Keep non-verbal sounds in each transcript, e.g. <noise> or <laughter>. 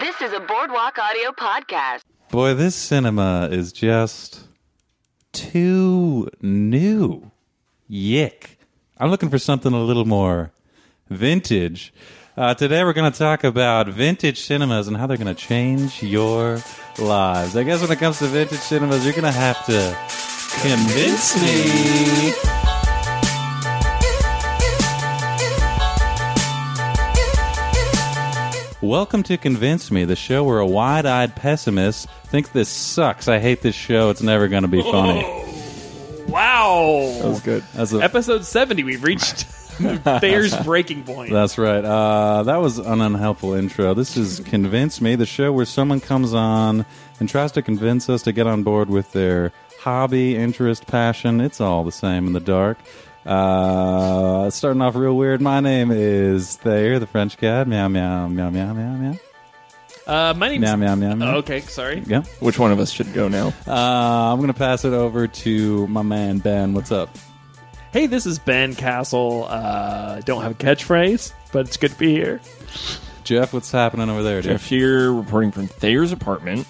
This is a Boardwalk Audio podcast. Boy, this cinema is just too new. Yick. I'm looking for something a little more vintage. Uh, today, we're going to talk about vintage cinemas and how they're going to change your lives. I guess when it comes to vintage cinemas, you're going to have to convince me. Welcome to Convince Me, the show where a wide eyed pessimist thinks this sucks. I hate this show. It's never going to be funny. Wow. That's good. That's a Episode 70, we've <laughs> reached Thayer's breaking point. That's right. Uh, that was an unhelpful intro. This is Convince Me, the show where someone comes on and tries to convince us to get on board with their hobby, interest, passion. It's all the same in the dark. Uh, starting off real weird, my name is Thayer, the French cat. Meow, meow, meow, meow, meow, meow. Uh, my name's... Meow, meow, meow, meow. Oh, okay, sorry. Yeah. Which one of us should go now? Uh, I'm going to pass it over to my man, Ben. What's up? Hey, this is Ben Castle. Uh, don't have a catchphrase, but it's good to be here. Jeff, what's happening over there, dude? Jeff here, reporting from Thayer's apartment.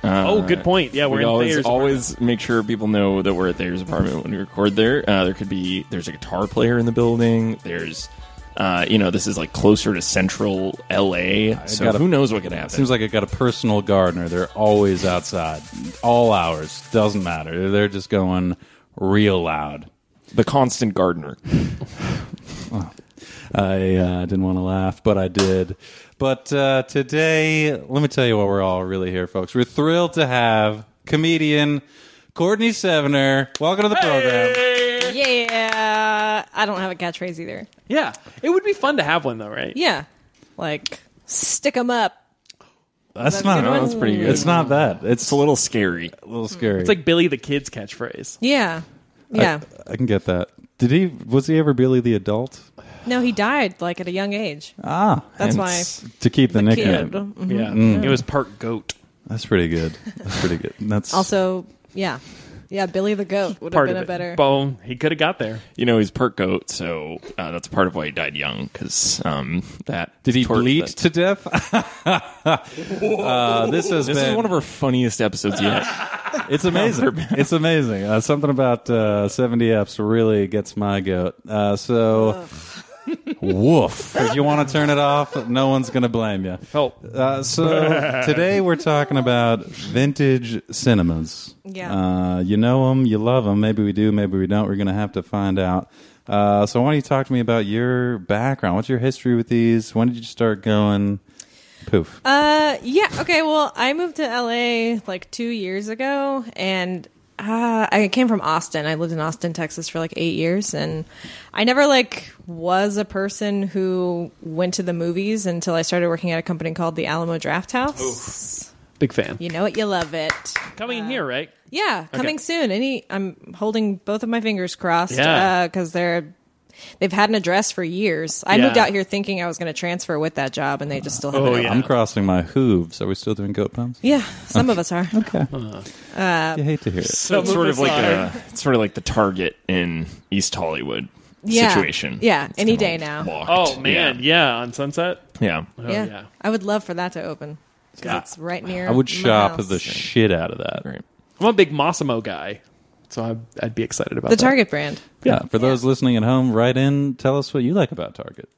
Uh, Oh, good point. Yeah, we're we in always Thayer's always make sure people know that we're at Thayer's apartment when we record there. Uh, there could be there's a guitar player in the building. There's uh, you know this is like closer to central L.A. so gotta- who knows what could happen? Seems like I got a personal gardener. They're always outside, all hours. Doesn't matter. They're just going real loud. the constant gardener. I uh, didn't want to laugh, but I did. But uh, today, let me tell you what we're all really here, folks. We're thrilled to have comedian Courtney Sevener. Welcome to the program. Yeah, I don't have a catchphrase either. Yeah, it would be fun to have one, though, right? Yeah, like stick 'em up. That's That's not. a good Hmm. one. That's pretty good. It's not that. It's It's a little scary. a little scary. It's like Billy the Kid's <laughs> catchphrase. Yeah, Uh, yeah. I can get that. Did he? Was he ever Billy the adult? no, he died like at a young age. Ah, That's why Hence- to keep the, nickname. kid. Mhm. Yeah. Mm. It was part goat. That's pretty good. That's pretty good. That's Also, yeah, yeah. Billy the goat would have Part been of a it. better. Boom. He could have got there. You know he's perk goat, so uh, that's part of why he died young because um, that Did he tort- bleed that- to death? <laughs> uh, this has This been is one of our funniest episodes yet. it's amazing. it's amazing. Uh, something about uh, seventy eps really gets my goat. Uh, so, <laughs> woof. If you want to turn it off, no one's going to blame you. Oh, Help. Uh, so today we're talking about vintage cinemas. Yeah. Uh, you know them, you love them. Maybe we do, maybe we don't. We're going to have to find out. Uh, so why don't you talk to me about your background? What's your history with these? When did you start going? Poof. Uh, yeah. Okay. Well, I moved to LA like two years ago, and uh, I came from Austin. I lived in Austin, Texas, for like eight years, and I never like was a person who went to the movies until I started working at a company called the Alamo Draft House. Big fan. You know it, you love it. Coming in here, right? Yeah, coming soon. Any, I'm holding both of my fingers crossed because Yeah. they're they've had an address for years. I Yeah. moved out here thinking I was going to transfer with that job, and they just still haven't. Oh, opened. yeah. I'm crossing my hooves. Are we still doing goat puns? Yeah, some of us are. Okay. Uh, you hate to hear it. Some it's sort of us like are. a, it's sort of like the Target in East Hollywood Yeah. situation. Yeah, It's any kinda day now. locked. Oh, man. yeah, Yeah, on Sunset. yeah. Oh, yeah. yeah. I would love for that to open. 'cause It's right near. I would my shop house. the shit out of that. Right. I'm a big Massimo guy, so I'd, I'd be excited about the that. Target brand. Yeah. For those listening at home, write in. Tell us what you like about Target.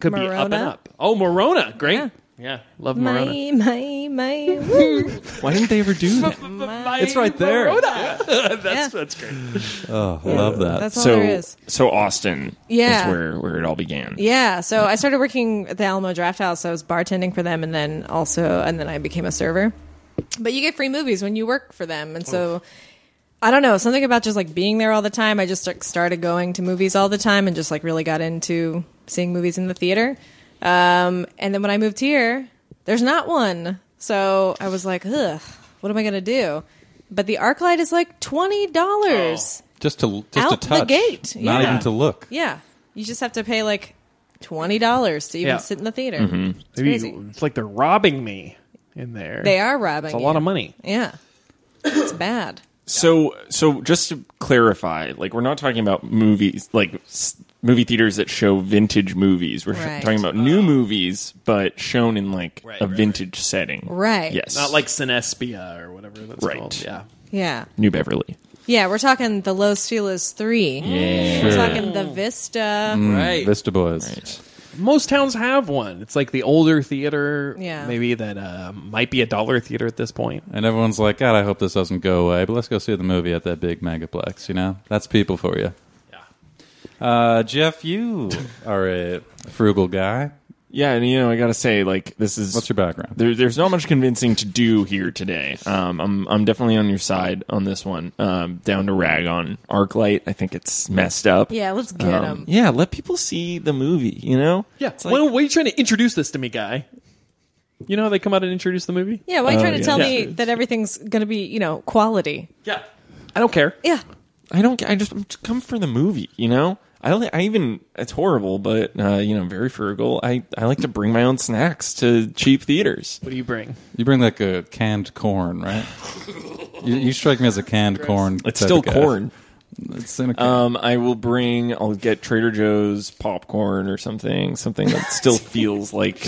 could be up and Morona. up. Oh, Morona, great. Yeah, Yeah. love Morona. My my my. Why didn't they ever do that? <laughs> my It's right there. that's Yeah. that's great. Oh, I love that. That's all so there is. so Austin Yeah. is where where it all began. Yeah, so I started working at the Alamo Draft House. I was bartending for them, and then also, and then I became a server. But you get free movies when you work for them, and so I don't know something about just like being there all the time. I just like, started going to movies all the time, and just like really got into seeing movies in the theater. Um, and then when I moved here, there's not one, so I was like, ugh, what am I gonna do? But the ArcLight is like twenty dollars. just to just Out to the touch gate, not yeah. even to look. Yeah, you just have to pay like twenty dollars to even Yeah. sit in the theater. It's Maybe crazy. it's like they're robbing me in there. They are robbing. It's a lot you. of money. Yeah, it's <coughs> bad. So so just to clarify, like we're not talking about movies like s- movie theaters that show vintage movies. We're sh- Right. talking about new movies, but shown in like Right, a right, vintage setting. Right. Yes. Not like Synespia or whatever that's Right. called. Yeah. Yeah. New Beverly. Yeah, we're talking the Los Feliz 3. We're talking the Vista. Mm. Right. Hmm. Vista Boys. Hmm. Most towns have one. It's like the older theater, Yeah. maybe that uh, might be a dollar theater at this point. And everyone's like, God, I hope this doesn't go away, but let's go see the movie at that big megaplex, you know? That's people for you. Yeah. Uh, Jeff, <laughs> you are a frugal guy. Yeah, and you know, I gotta say, like, this is What's your background? There, there's not much convincing to do here today. Um, I'm I'm definitely on your side on this one. Um, down to rag on ArcLight. I think it's messed up. Yeah, let's get Um, them. yeah, let people see the movie. You know. Yeah. It's like- why, why are you trying to introduce this to me, guy? You know how they come out and introduce the movie? Yeah, why are you Oh, trying to yeah. tell Yeah. me that everything's going to be, you know, quality? Yeah. I don't care. Yeah. I don't. I just, I'm just come for the movie. You know. I don't. I even. It's horrible, but uh, you know, I'm very frugal. I I like to bring my own snacks to cheap theaters. What do you bring? You bring like a canned corn, right? you, you strike me as a canned corn. It's type still of guy. corn. It's in a can. Um, I will bring. I'll get Trader Joe's popcorn or something. Something that <laughs> still feels like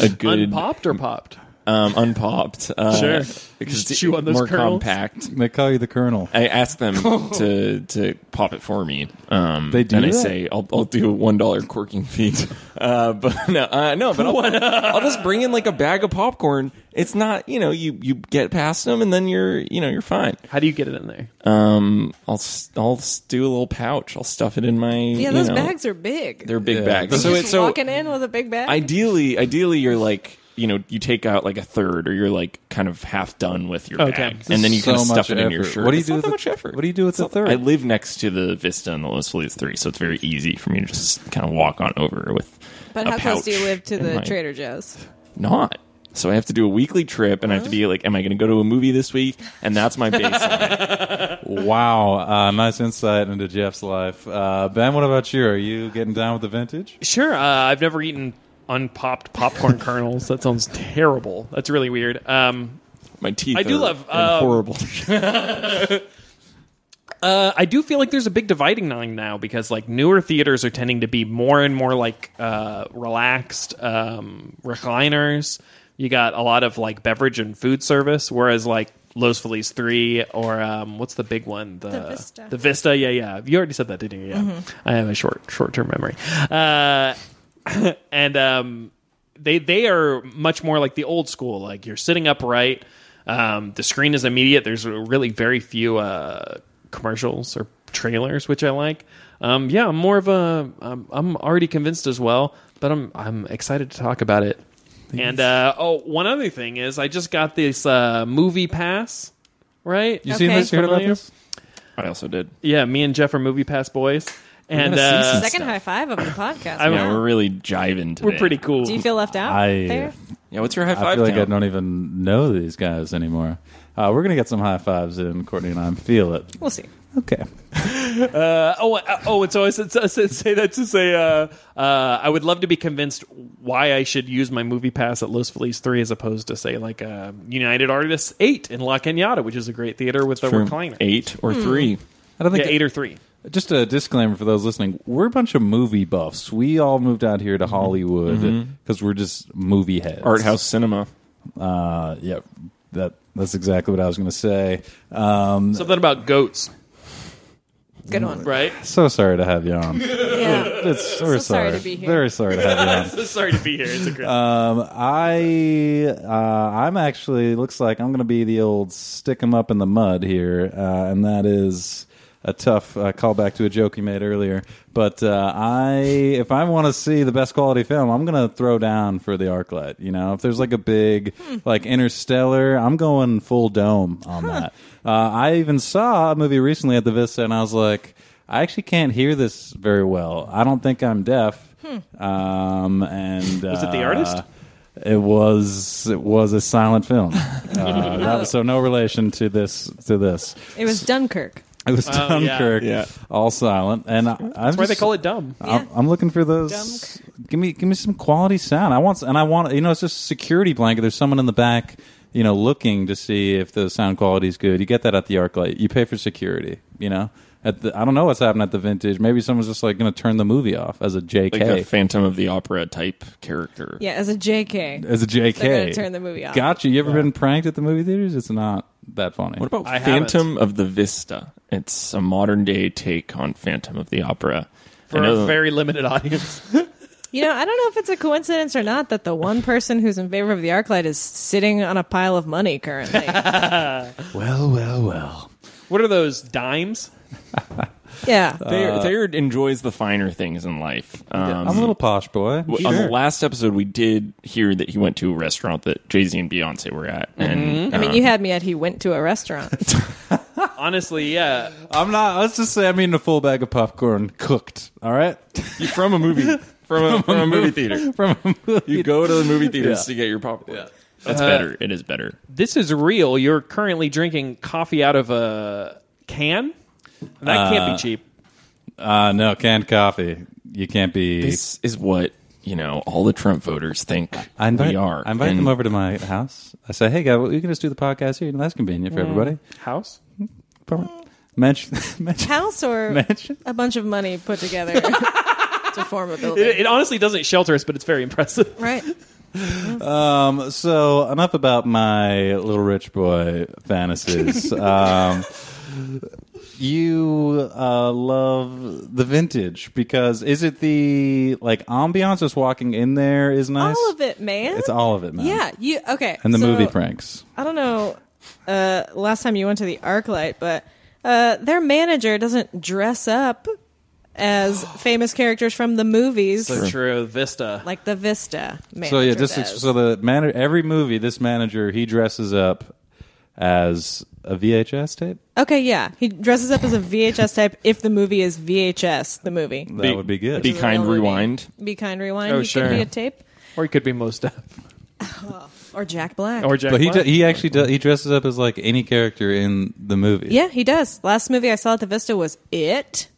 a good Unpopped or popped? um, unpopped. Uh, Sure. because Just it's chew on those Oh. more kernels. compact. they call you the Colonel. I ask <laughs> them to to pop it for me. Um, They do and I that? say I'll I'll do a one dollar corking fee. <laughs> Uh, but <laughs> no, uh, no. But I'll, I'll just bring in like a bag of popcorn. It's not you know you you get past them and then you're you know you're fine. How do you get it in there? Um, I'll s- I'll s- do a little pouch. I'll stuff it in my Yeah, you those know, bags are big. They're big Yeah. bags. So Just it's so walking in with a big bag. ideally ideally you're like you know you take out like a third or you're like kind of half done with your Okay. bag This and then you so kind of stuff much it in your effort. shirt What do you It's do not with that the- much effort what do you do with It's the not that- third? i live next to the vista and the los feliz 3 so it's very easy for me to just kind of walk on over with but a how close do you pouch live to in the my- Trader Joe's? not so i have to do a weekly trip and i have to be like am i going to go to a movie this week and that's <laughs> my baseline Wow, uh, nice insight into Jeff's life. Uh, ben, what about you? Are you getting down with the vintage? Sure. Uh, I've never eaten unpopped <laughs> popcorn kernels. That sounds terrible. That's really weird. Um, my teeth I do are love, in um, horrible uh, I do feel like there's a big dividing line now because like newer theaters are tending to be more and more like uh, relaxed um, recliners. You got a lot of like beverage and food service, whereas like Los Feliz Three or um, what's the big one? The, Vista. The Vista. Yeah, yeah. You already said that, didn't you? Yeah. I have a short short term memory. Uh, <laughs> and um, they they are much more like the old school. Like you're sitting upright. Um, the screen is immediate. There's really very few uh, commercials or trailers, which I like. Um, yeah, I'm more of a. I'm, I'm already convinced as well, but I'm I'm excited to talk about it. And uh, oh, one other thing is I just got this uh, movie pass. Right? You seen Okay. this? Heard about Familiar? this? i also did Yeah, me and Jeff are movie pass boys, and gotta see uh, Second high five of the podcast. I- yeah Wow. we're really jiving today we're pretty cool. do you feel left out I- Oh, there? yeah what's your high five I feel like I count? don't even know these guys anymore. Uh, we're gonna get some high fives in, Courtney and I feel it. We'll see. Okay. Uh, oh, uh, oh, and so I said, I said- say that to say, uh, uh, I would love to be convinced why I should use my movie pass at Los Feliz Three as opposed to say like uh, United Artists Eight in La Cañada, which is a great theater with a True. recliner. eight or three Hmm. I don't Yeah, think eight or three. Just a disclaimer for those listening: we're a bunch of movie buffs. We all moved out here to Hollywood because we're just movie heads. art house cinema Uh, yeah, that that's exactly what I was going to say. Um, Something about goats, Good one. right? so sorry to have you <laughs> on. Yeah. It's, we're So sorry to be here. Very sorry to have you on. <laughs> So Sorry to be here. It's a great. Um, I uh, I'm actually looks like I'm going to be the old stick 'em up in the mud here, uh, and that is a tough uh, callback to a joke you made earlier. But uh, I, if I want to see the best quality film, I'm going to throw down for the ArcLight. You know, if there's like a big like Interstellar, I'm going full dome on that. Uh, I even saw a movie recently at the Vista, and I was like. I actually can't hear this very well. I don't think I'm deaf. Um, and uh, Was it The Artist? it was it was a silent film. <laughs> Uh, that was- so no relation to this to this. It was Dunkirk. It was Dunkirk, Yeah. all silent, and I, that's Oh, That's why they call it dumb. I'm, I'm looking for those. Give me give me some quality sound. I want and I want you know it's just a security blanket. There's someone in the back, you know, looking to see if the sound quality is good. You get that at the ArcLight. You pay for security, you know. At the, I don't know what's happening at the vintage. Maybe someone's just like going to turn the movie off as a JK. like a Phantom of the Opera type character. Yeah, as a JK. as a JK. They're gonna turn the movie off. Gotcha. You ever been pranked at the movie theaters? It's not that funny. What about I haven't. Phantom of the Vista? It's a modern day take on Phantom of the Opera. I for know- a very limited audience. You know, I don't know if it's a coincidence or not that the one person who's in favor of the ArcLight is sitting on a pile of <laughs> money currently. well, well, well. <laughs> what are those dimes? yeah. Uh-huh. Uh, Thayer, Thayer enjoys the finer things in life. Um, I'm a little posh boy. w- On the last episode, we did hear that he went to a restaurant that Jay Z and Beyonce were at, Mm-hmm. <laughs> and uh, I mean, you had me at he went to a restaurant. Honestly, yeah. I'm not. Let's just say I'm eating a full bag of popcorn cooked. All right. <laughs> you from a movie from a, from a movie theater. From a movie. You go to the movie theaters Yeah. Uh, to get your popcorn. That's better. It is better. This is real. You're currently drinking coffee out of a can? That can't be cheap. Uh, no, canned coffee. You can't be. This is what you know. All the Trump voters think I invite, we are. I invite And them over to my house. I say, hey, guy, well, you can just do the podcast here. You know, that's convenient for everybody. House? <laughs> Mention, mention, <laughs> House or mention. a bunch of money put <laughs> together to form a building. It, it honestly doesn't shelter us, but it's very impressive. <laughs> right. Um, so enough about my little rich boy <laughs> fantasies. um, you uh, love the vintage because is it the like ambiance just walking in there is nice? All of it, man. It's all of it, man. Yeah. You okay. And the so- movie pranks. I don't know uh, last time you went to the ArcLight, but uh, their manager doesn't dress up as <gasps> famous characters from the movies True, Vista. like the Vista manager. So yeah, this does. is, so the man every movie this manager he dresses up as a VHS tape. okay, yeah, he dresses up as a VHS type if the movie is VHS, the movie. That Be- would be good. Be The kind, real movie. rewind. Be kind, rewind. Oh, he sure. could be a tape or it could be most of. or Jack <laughs> Black. Or Jack but he Black. d- he actually do- he dresses up as like any character in the movie. yeah, he does. Last movie I saw at the Vista was It,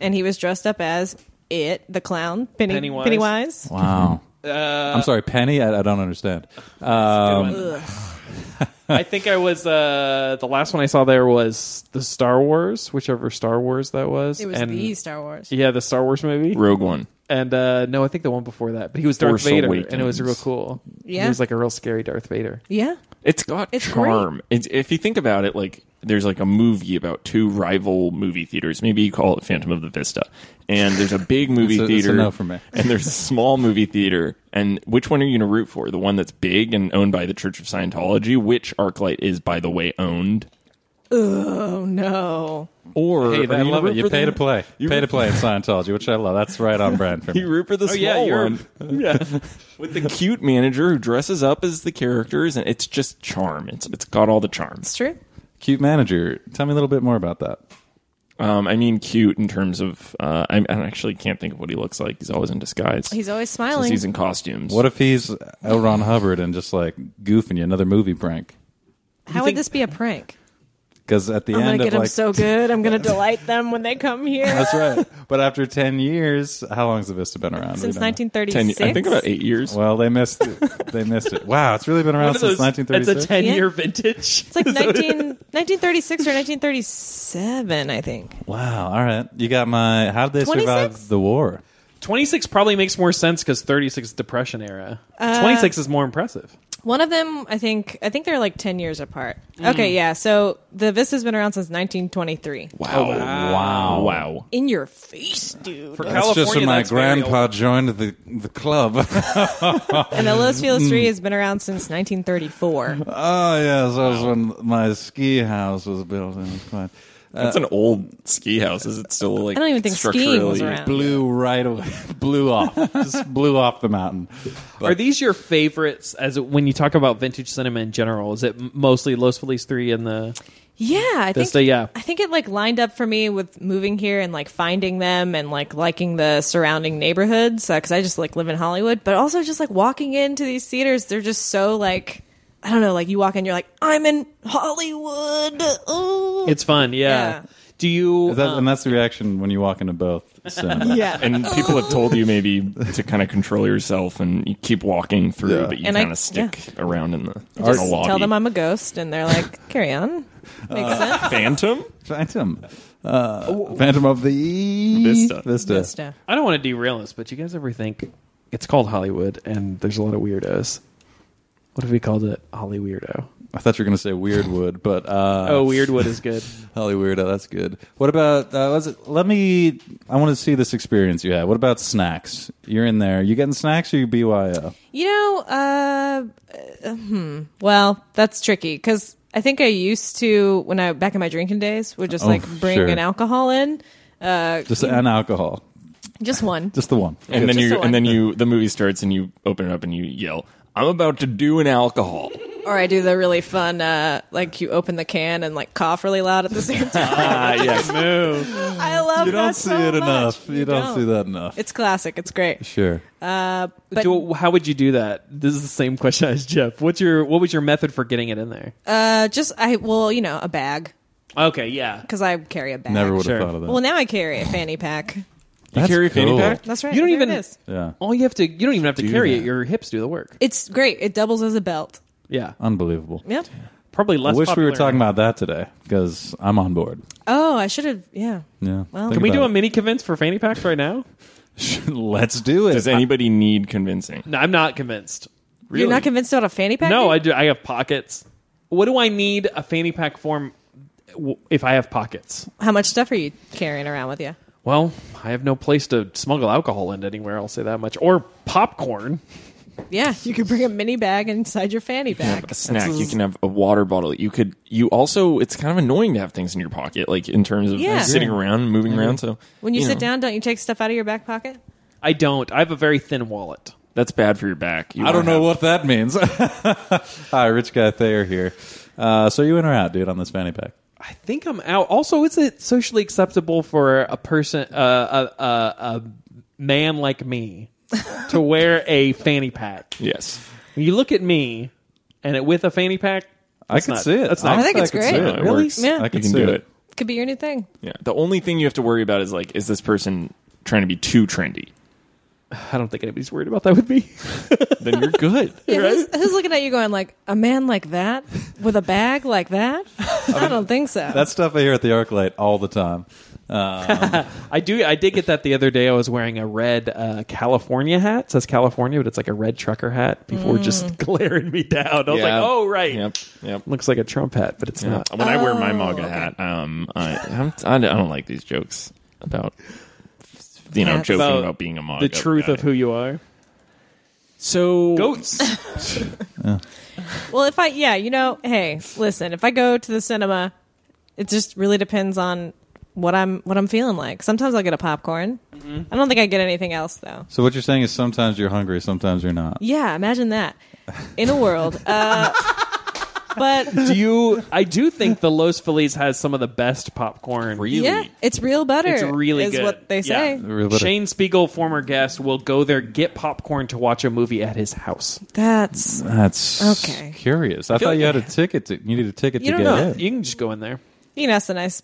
and he was dressed up as It, the clown, Penny, Pennywise. Pennywise. Wow. Uh, I'm sorry, Penny. I, I don't understand. Um, <laughs> I think I was uh, the last one I saw there was the Star Wars, whichever Star Wars that was. It was and, the Star Wars. Yeah, the Star Wars movie. Rogue One. And uh, no, I think the one before that. But he was Darth Force Vader, and it Awakens. was real cool. Yeah. he was like a real scary Darth Vader. Yeah. It's got It's charm. It's, if you think about it, like there's like a movie about two rival movie theaters. Maybe you call it Phantom of the Vista. And there's a big <laughs> movie It's a- it's a theater, no for me. and there's a small movie theater. And which one are you going to root for? The one that's big and owned by the Church of Scientology, which ArcLight is, by the way, owned. Oh no. Or Hey, or I you love root it. You for pay the- to play. You pay root- to play in Scientology, which I love. That's right on brand for me. <laughs> You root for the small yeah, you're- one, Oh, <laughs> yeah, with the cute manager who dresses up as the characters, and it's just charm. It's it's got all the charm. It's true. Cute manager. Tell me a little bit more about that. Um, I mean, cute in terms of. Uh, I, I actually can't think of what he looks like. He's always in disguise. He's always Since smiling. he's in costumes. What if he's L. Ron Hubbard and just like goofing you another movie prank? How would this be a prank? Because at the I'm end gonna of get them like so <laughs> good. I'm gonna delight them when they come here. that's right. But after ten years, how long has the Vista been around? Since We don't know. 1936. ten? I think about eight years. Well, they missed. It. they missed it. Wow, it's really been around One of those- since 1936. That's a ten-year Yeah. vintage. <laughs> It's like 19, 1936 or 1937, I think. wow. All right, you got my. How did they survive 26? the war? Twenty-six probably makes more sense because thirty-six is Depression era. Uh, Twenty-six is more impressive. One of them, I think, I think they're like 10 years apart. Okay, yeah. So the Vista's been around since 1923. wow. wow. Wow. In your face, dude. For That's California, just when my that's very grandpa old. joined the the club. <laughs> and the Los Feliz Tree has been around since 1934. Oh yes, that was when my ski house was built. And it was quite- That's an old ski house. Is it still like? I don't even think skiing was structurally- around. blew right away, <laughs> blew off, just blew off the mountain. Are these your favorites? As when you talk about vintage cinema in general, is it m- mostly Los Feliz Three and the? Yeah, I think Vista, yeah. I think it like lined up for me with moving here and like finding them and like liking the surrounding neighborhoods because I just like live in Hollywood, but also just like walking into these theaters, they're just so like I don't know, like you walk in, you're like I'm in Hollywood. Ooh. It's fun, yeah. Yeah. Do you? That, um, and that's the reaction when you walk into both. cinemas. <laughs> yeah, And people have told you maybe to kind of control yourself and you keep walking through, Yeah. but you And I- kind of stick around in the, in the just lobby. <laughs> tell them I'm a ghost, and they're like, carry on. Makes sense. Phantom. Phantom. uh, Phantom of the Vista. Vista. Vista. I don't want to derail us, but you guys ever think it's called Hollywood and there's a lot of weirdos? What if we called it Holly Weirdo? I thought you were going to say Weirdwood, but uh, Oh, Weirdwood is good. Holly Weirdo. That's good. What about? Uh, was it, let me. I want to see this experience you had. What about snacks? You're in there. You getting snacks or you BYO? You know, uh, uh, hmm. Well, that's tricky because I think I used to when I back in my drinking days would just Oh, like bring sure. an alcohol in, uh, Just an alcohol. just one. Just the one. And then Just the you one. and then you the movie starts and you open it up and you yell, "I'm about to do an alcohol." Or I do the really fun, uh, like you open the can and like cough really loud at <laughs> the same time. Ah, yes. I love You don't that see so it much. enough. You, don't, see that enough. It's classic. It's great. Sure. Uh, <laughs> but Do- how would you do that? This is the same question as Jeff. What's your what was your method for getting it in there? uh, just I well, you know, a bag Okay, yeah. because I carry a bag. Never would have Sure. thought of that. Well, now I carry a fanny pack. You That's carry a fanny cool. pack? That's right. You don't there even- It is. yeah. All you have to you don't even have to carry that. it. Your hips do the work. It's great. It doubles as a belt. Yeah, Unbelievable. Yep. probably I less. wish we popular. were talking about that today because I'm on board. Oh, I should have. Yeah. Yeah. Well- Think Can we do a about mini convince for fanny packs right now? it. <laughs> Let's do it. Does anybody need convincing? <laughs> No, I'm not convinced. You're not convinced about a fanny pack? No, dude? I do. I have pockets. What do I need a fanny pack form w- if I have pockets? How much stuff are you carrying around with you? Well, I have no place to smuggle alcohol in anywhere. I'll say that much. Or popcorn. Yeah, you could bring a mini bag inside your fanny have bag. a snack. You can have a water bottle. You could. You also. It's kind of annoying to have things in your pocket, like in terms of Yeah. sitting around, moving around. So When you, sit know, down, don't you take stuff out of your back pocket? I don't. I have a very thin wallet. that's bad for your back. You I don't wanna know what have- that means. <laughs> Hi, Rich Guy Thayer here. Uh, so you in or out, dude, on this fanny pack? I think I'm out. Also, is it socially acceptable for a person, uh, a, a, a man like <laughs> me, to wear a fanny pack? Yes. When you look at me, and it with a fanny pack. I that's can not- see it. That's not. I think it's could see great. it. No, it Really? works. Yeah. I You can can see do it. it. Could be your new thing. Yeah. The only thing you have to worry about is like, is this person trying to be too trendy? I don't think anybody's worried about that with me. Then you're good. Yeah, who's, who's looking at you going like a man like that with a bag like that? I don't think so. That stuff I hear at the ArcLight all the time. I do. I did get that the other day. I was wearing a red uh, California hat. It says California, but it's like a red trucker hat. People were Mm. just <laughs> glaring me down. I was like, "Oh, right." Yep. Yep. Looks like a Trump hat, but it's Yeah. not. When I wear my MAGA hat, um, I, I'm, I don't I don't like these jokes about you know Hats. joking About about, being a MAGA. The truth guy. of who you are. So Goats. well, if I yeah, you know, hey, listen, if I go to the cinema, it just really depends on what I'm what I'm feeling like. Sometimes I'll get a popcorn. I don't think I get anything else though. So what you're saying is sometimes you're hungry, sometimes you're not. Yeah, imagine that in a world. Uh, but <laughs> do you? I do think the Los Feliz has some of the best popcorn. Really? yeah, it's real butter. It's really is good. what they say. Yeah. Real butter. Shane Spiegel, former guest, will go there get popcorn to watch a movie at his house. That's That's Okay. Curious. I, thought like- you had a ticket. To, you needed a ticket You to don't get know. in. You can just go in there. you know, it's the nice,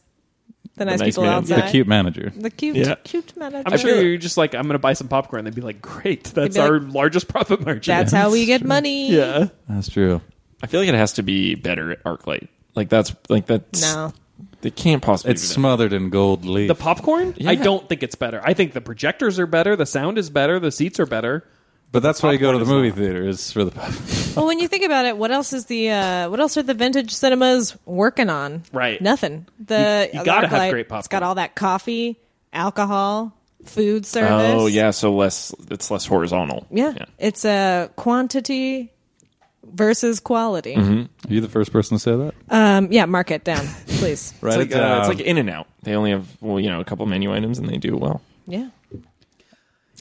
the nice nice people man. The outside. The cute manager. the cute, Yeah. cute manager. I'm sure you're just like, I'm going to buy some popcorn. They'd be like, great. That's be like, our largest profit margin. That's how we get money. Yeah. That's true. I feel like it has to be better at ArcLight. Like that's like that's No. They can't possibly. It's do that. smothered in gold leaf. The popcorn? I Yeah. don't think it's better. I think the projectors are better. The sound is better. The seats are better. but that's why you go to the popcorn movie theater is for the pop- <laughs> Well, when you think about it, what else is the uh, what else are the vintage cinemas working on? Right. Nothing. The You- you gotta have Arclight, great popcorn. It's got all that coffee, alcohol, food service. Oh yeah, so less. It's less horizontal. Yeah. It's a quantity versus quality. Mm-hmm. Are you the first person to say that? Um, yeah, mark it down, please. <laughs> Right. It's like, uh, it's like In and Out. They only have well, you know, a couple menu items, and they do it well. Yeah.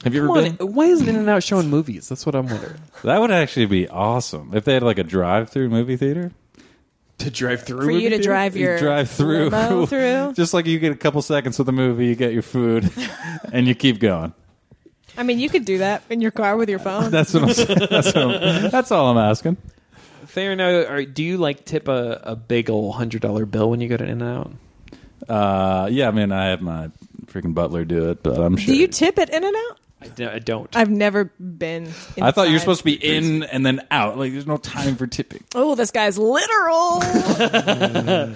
Have you Come ever on, been? why isn't In N Out showing movies? That's what I'm wondering. that would actually be awesome if they had like a drive-through movie theater. to drive through. For you to drive You your drive through, <laughs> limo through. just like you get a couple seconds with the movie, you get your food, <laughs> and you keep going. I mean, you could do that in your car with your phone. That's what I'm. saying. That's, what I'm- that's all I'm asking. Fair now. Are, do you like tip a, a big old hundred dollar bill when you go to In and Out? Uh, yeah, I mean, I have my freaking butler do it, but I'm sure. Do you tip it in and out? I d- I don't. I've never been. Inside. I thought you were supposed to be in and then out. Like there's no time for tipping. Oh, this guy's literal. <laughs>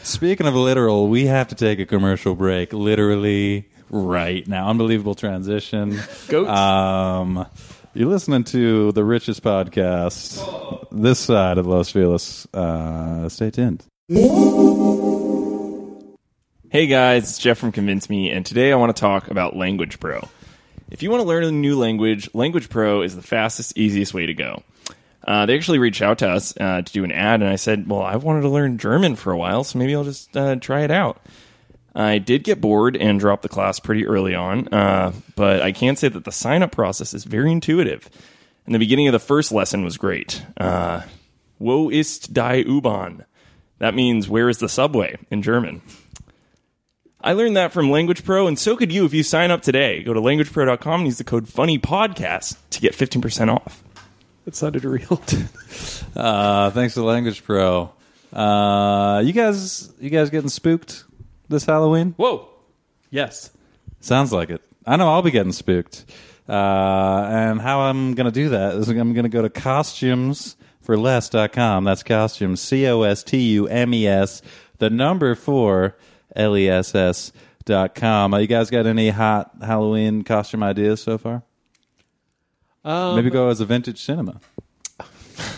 Speaking of literal, we have to take a commercial break literally right now. Unbelievable transition. Goats. Um, you're listening to the richest podcast this side of Los Feliz. Uh, stay tuned. Hey guys, it's Jeff from Convince Me, and today I want to talk about Language Pro. If you want to learn a new language, Language Pro is the fastest, easiest way to go. Uh, they actually reached out to us uh, to do an ad, and I said, Well, I've wanted to learn German for a while, so maybe I'll just uh, try it out. I did get bored and dropped the class pretty early on, uh, but I can say that the sign up process is very intuitive. And the beginning of the first lesson was great. Uh, Wo ist die U-Bahn? That means, Where is the subway in German? I learned that from Language Pro, and so could you if you sign up today. Go to languagepro.com and use the code FUNNYPODCAST to get 15% off. It sounded real. Uh, thanks to Language Pro. Uh, you guys, you guys getting spooked this Halloween? Whoa. Yes. Sounds like it. I know I'll be getting spooked. Uh, and how I'm going to do that is I'm going to go to costumesforless.com. That's costumes, C O S T U M E S, the number four, L E S S dot com. Uh, you guys got any hot Halloween costume ideas so far? Maybe go as a vintage cinema.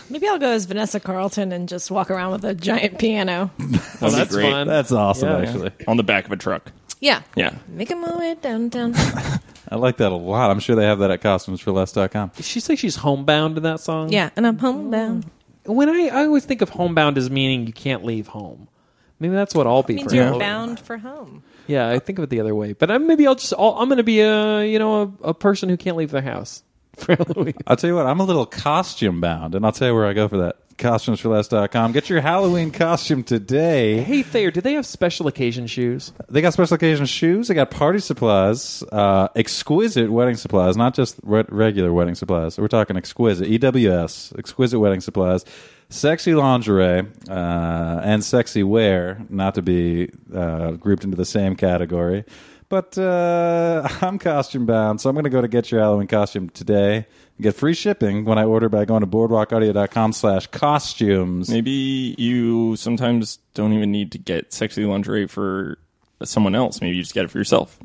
Maybe I'll go as Vanessa Carlton and just walk around with a giant piano. That'd be that's fun. That's awesome, Yeah, yeah. actually. On the back of a truck. Yeah. Yeah. Make a moment downtown. <laughs> I like that a lot. I'm sure they have that at costumesforless.com. Did she say she's homebound in that song? yeah, and I'm homebound. When I, I always think of homebound as meaning you can't leave home. Maybe that's what I'll be means for you're Halloween. bound for home. Yeah, I think of it the other way. But I, maybe I'll just I'll, I'm going to be a you know a, a person who can't leave their house <laughs> for Halloween. I'll tell you what, I'm a little costume bound, and I'll tell you where I go for that. Costumesforless.com. Get your Halloween costume today. hey Thayer, do they have special occasion shoes? They got special occasion shoes. They got party supplies, uh, exquisite wedding supplies, not just re- regular wedding supplies. We're talking exquisite, EWS, exquisite wedding supplies, sexy lingerie, uh, and sexy wear, not to be uh, grouped into the same category. But uh, <laughs> I'm costume bound, so I'm going to go to get your Halloween costume today. and Get free shipping when I order by going to boardwalkaudio.com slash costumes. Maybe you sometimes don't even need to get sexy lingerie for someone else. Maybe you just get it for yourself.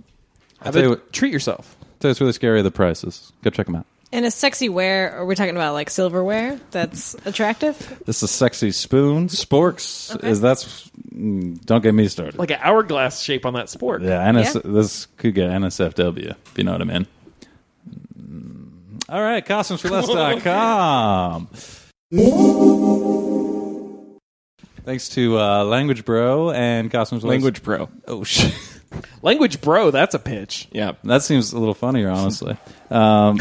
I tell you what- treat yourself. So it's really scary, the prices. Go check them out. And a sexy wear, are we talking about like silverware that's attractive? This is sexy spoon sporks. Okay. Is that's mm, don't get me started. Like an hourglass shape on that sport. yeah, NS, Yeah. this could get NSFW. If you know what I mean. Mm, All right, <laughs> costumesforless.com. Thanks to uh, Language Bro and Costumes for Less- Language Pro. Oh shit, Language bro, that's a pitch. Yeah. that seems a little funnier, honestly. Um,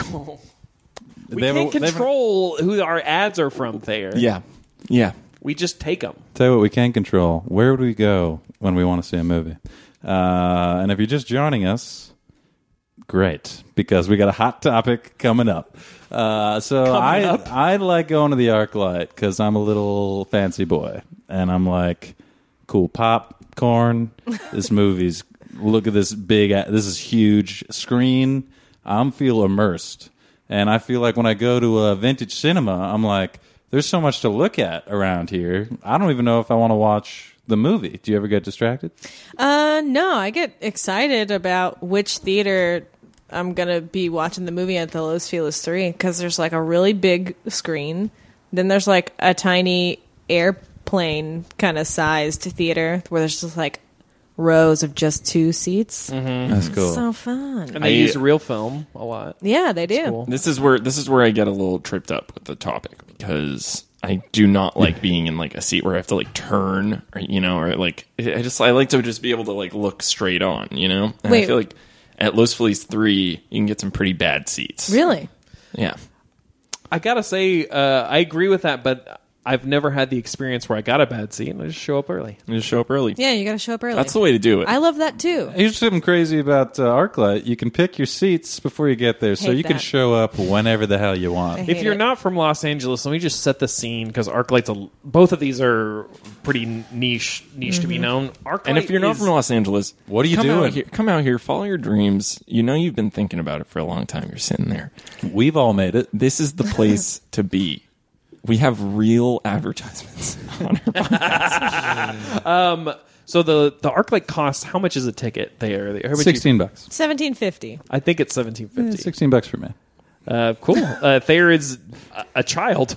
We they have a- can't they have a- control who our ads are from Thayer. Yeah. Yeah. We just take them. Tell you what we can control. Where would we go when we want to see a movie? Uh, and if you're just joining us, great, because we got a hot topic coming up. Uh, so I up. I like going to the ArcLight because I'm a little fancy boy, and I'm like, cool popcorn. This movie's look at this big. This is huge screen. I'm feel immersed, and I feel like when I go to a vintage cinema, I'm like, there's so much to look at around here. I don't even know if I want to watch the movie. Do you ever get distracted? Uh, no, I get excited about which theater I'm gonna be watching the movie at the Los Feliz Three because there's like a really big screen, then there's like a tiny airplane kind of sized theater where there's just like rows of just two seats. That's cool. Mm-hmm. So fun. And they I- use real film a lot. Yeah, they do. cool. This is where this is where I get a little tripped up with the topic because I do not like being in like a seat where I have to like turn or you know or like I just I like to just be able to like look straight on you know and I Wait. feel like at Los Feliz three you can get some pretty bad seats Really? yeah I gotta say, uh, I agree with that, but I've never had the experience where I got a bad seat and I just show up early. You just show up early. Yeah, you got to show up early. That's the way to do it. I love that too. Here's something crazy about uh, ArcLight. You can pick your seats before you get there, so Hate you can that. show up whenever the hell you want. hate- If you're it. not from Los Angeles, let me just set the scene because ArcLight's a, both of these are pretty niche niche to be known. ArcLight and if you're not is- from Los Angeles, What are you come doing? Out here, come out here, follow your dreams. You know you've been thinking about it for a long time. You're sitting there. We've all made it. This is the <laughs> place to be. We have real advertisements on our so the the ArcLight costs how much is a ticket there? How much you- Sixteen bucks. Seventeen fifty. I think it's seventeen Yeah, fifty. Sixteen bucks for me. Uh, cool. Uh, Thayer is a, a <laughs> child.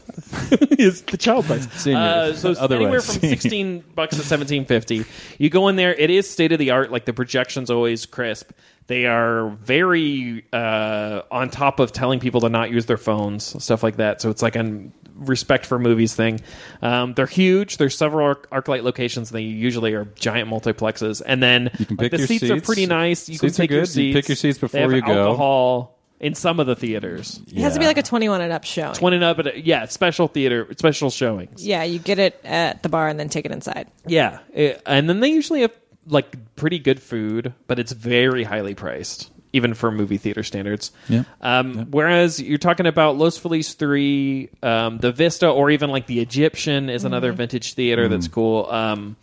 is the child price. Senior. Uh, so it's Otherwise anywhere from senior. sixteen bucks to seventeen fifty. You go in there. It is state of the art. Like the projections always crisp. They are very uh, on top of telling people to not use their phones, stuff like that. So it's like a respect for movies thing. Um, they're huge. There's several arc- ArcLight locations. They usually are giant multiplexes. And then can like, pick the your seats, are seats. pretty nice. You Seats can are pick your good. seats. You pick your seats They have before you go. Alcohol in some of the theaters. It has to be like a twenty-one and up showing. When and up at a, yeah, special theater, special showings. Yeah, you get it at the bar and then take it inside. Yeah, It- and then they usually have like pretty good food, but it's very highly priced, even for movie theater standards. Yeah. Um, Whereas you're talking about Los Feliz Three, um, the Vista, or even like the Egyptian Mm-hmm. is another vintage theater Mm-hmm. that's cool. Um,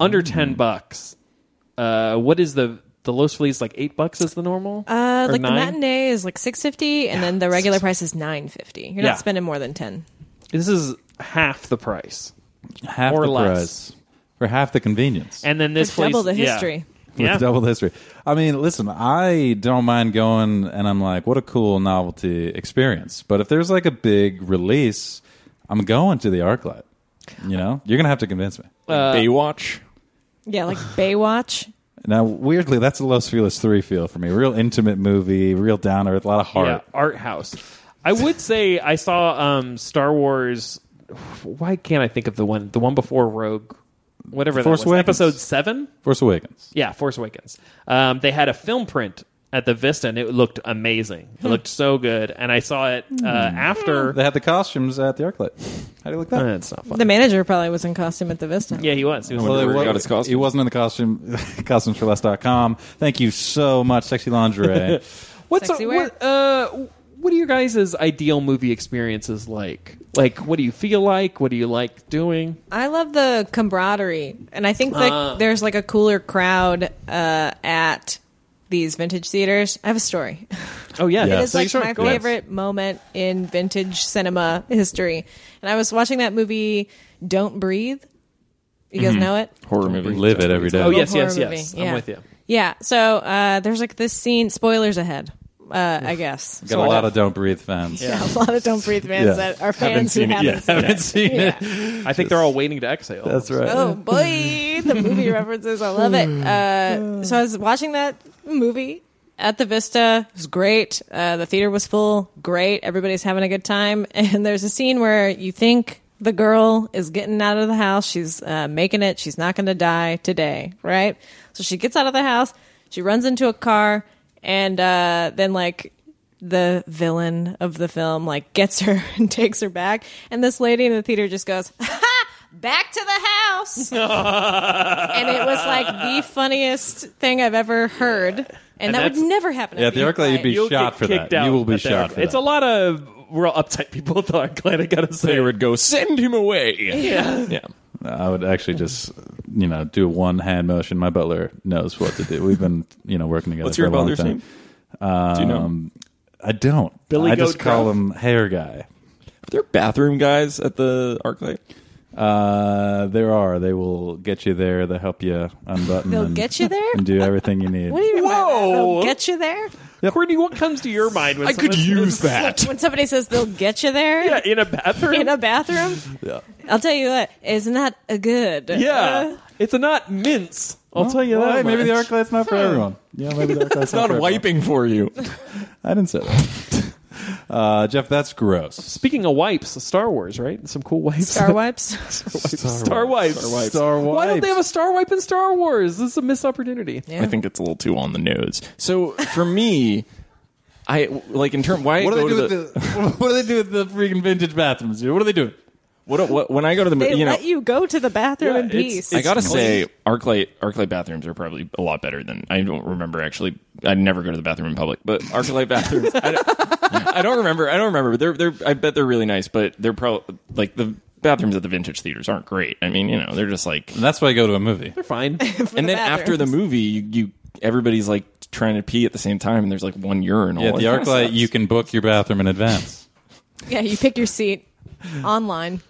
Under ten bucks. Uh, what is the the Los Feliz like eight bucks is the normal? Uh, Or like the nine? matinee is like six fifty, and then the regular price is nine fifty. You're Yeah. not spending more than ten. This is half the price, Half Or the less. price for half the convenience. and then this It's double place- the yeah. history. with Yeah. double the history. I mean, listen, I don't mind going, and I'm like, what a cool novelty experience. But if there's like a big release, I'm going to the ArcLight. You know, you're gonna have to convince me. Uh, Baywatch. Yeah, like Baywatch. Now, weirdly, that's a Los Feliz three feel for me. Real intimate movie, real down earth, a lot of heart. Yeah, art house. I would say I saw um, Star Wars. Why can't I think of the one? The one before Rogue, whatever that Force was. Awakens. Episode seven. Force Awakens. Yeah, Force Awakens. Um, they had a film print at the Vista, and it looked amazing. It looked so good, and I saw it uh, after. They had the costumes at the ArcLight. How do you like that? That's not fun. The manager probably was in costume at the Vista. yeah, he was. He was Well, Wonder it where he wa- got his costume. He wasn't in the costume <laughs> costumesforless.com. Thank you so much, sexy lingerie. What's Sexy wear. what? Uh, what are your guys' ideal movie experiences like? Like, what do you feel like? What do you like doing? I love the camaraderie, and I think like there's like a cooler crowd uh, at these vintage theaters. I have a story. <laughs> Oh yeah, It It Yeah. is So like sure, my go ahead. favorite moment in vintage cinema history. And I was watching that movie, Don't Breathe. You Mm-hmm. guys know it? <laughs> Horror movie. Live it every day. Oh Horrible yes, yes, horror yes. movie. I'm Yeah. with you. Yeah. So uh, there's like this scene. Spoilers ahead, uh, I guess. <laughs> Got a lot of Don't Breathe fans. yeah, a lot of Don't Breathe fans Yeah. that are fans who seen it haven't yet. seen it. Haven't seen it. I think they're all waiting to exhale. That's right. Oh boy, the movie references. I love it. Uh, so I was watching that movie at the Vista. It was great. Uh, the theater was full. Great. Everybody's having a good time. <laughs> And there's a scene where you think the girl is getting out of the house. She's uh, making it. She's not going to die today, right? So she gets out of the house. She runs into a car, and uh, then like the villain of the film like gets her <laughs> and takes her back and this lady in the theater just goes <laughs> ha back to the <laughs> house and it was like the funniest thing i've ever heard and, that would that's- never happen Yeah, at the ArcLight, you'd be You'll shot get for that. kicked out You will be at the shot airport. for It's that. a lot of we're all uptight people <laughs> though. I'm glad I gotta say. They would go send him away. Yeah. Yeah. I would actually just, you know, do a one hand motion. My butler knows what to do. We've been, you know, working together What's for your a long butler's time. name? Do you know? Um, I don't. Billy I just Goat call Gruff? him hair guy. Are there bathroom guys at the ArcLight? Uh, there are. They will get you there. They'll help you unbutton. They'll and, get you there? and do everything you need. what do you mean by that? Whoa. they'll get you there Oh, Courtney, what comes to your mind when someone- <laughs> that. when somebody says they'll get you there <laughs> Yeah, in a bathroom. in a bathroom i'll tell you what it's not a good uh, yeah, it's a not mince. I'll tell you Well, that. hey, maybe the much. ArcLight's not for everyone. Yeah, maybe the ArcLight's It's not for wiping for you. everyone. I didn't say that. <laughs> Uh, Jeff, that's gross. Speaking of wipes, Star Wars, right? Some cool wipes. <laughs> star wipes Star wipes. Star wipes. Why don't they have a star wipe in Star Wars? This is a missed opportunity. Yeah. I think it's a little too on the nose. So for me, I like in term why What do go they do <laughs> to with the? What do they do with the freaking vintage bathrooms? Here? What do they do? What, what when I go to the They movie, you know, let you go to the bathroom in it's- peace. I gotta say, ArcLight ArcLight bathrooms are probably a lot better than I don't remember. Actually, I never go to the bathroom in public, but ArcLight <laughs> bathrooms, I don't, I don't remember. I don't remember. But they're they're. I bet they're really nice, but they're probably like the bathrooms at the vintage theaters aren't great. I mean, you know, they're just like. And that's why I go to a movie. They're fine. and the then after the movie, you, you everybody's like trying to pee at the same time, and there's like one urinal. Yeah, at the It kinda ArcLight, sucks. you can book your bathroom in <laughs> advance. yeah, you pick your seat online.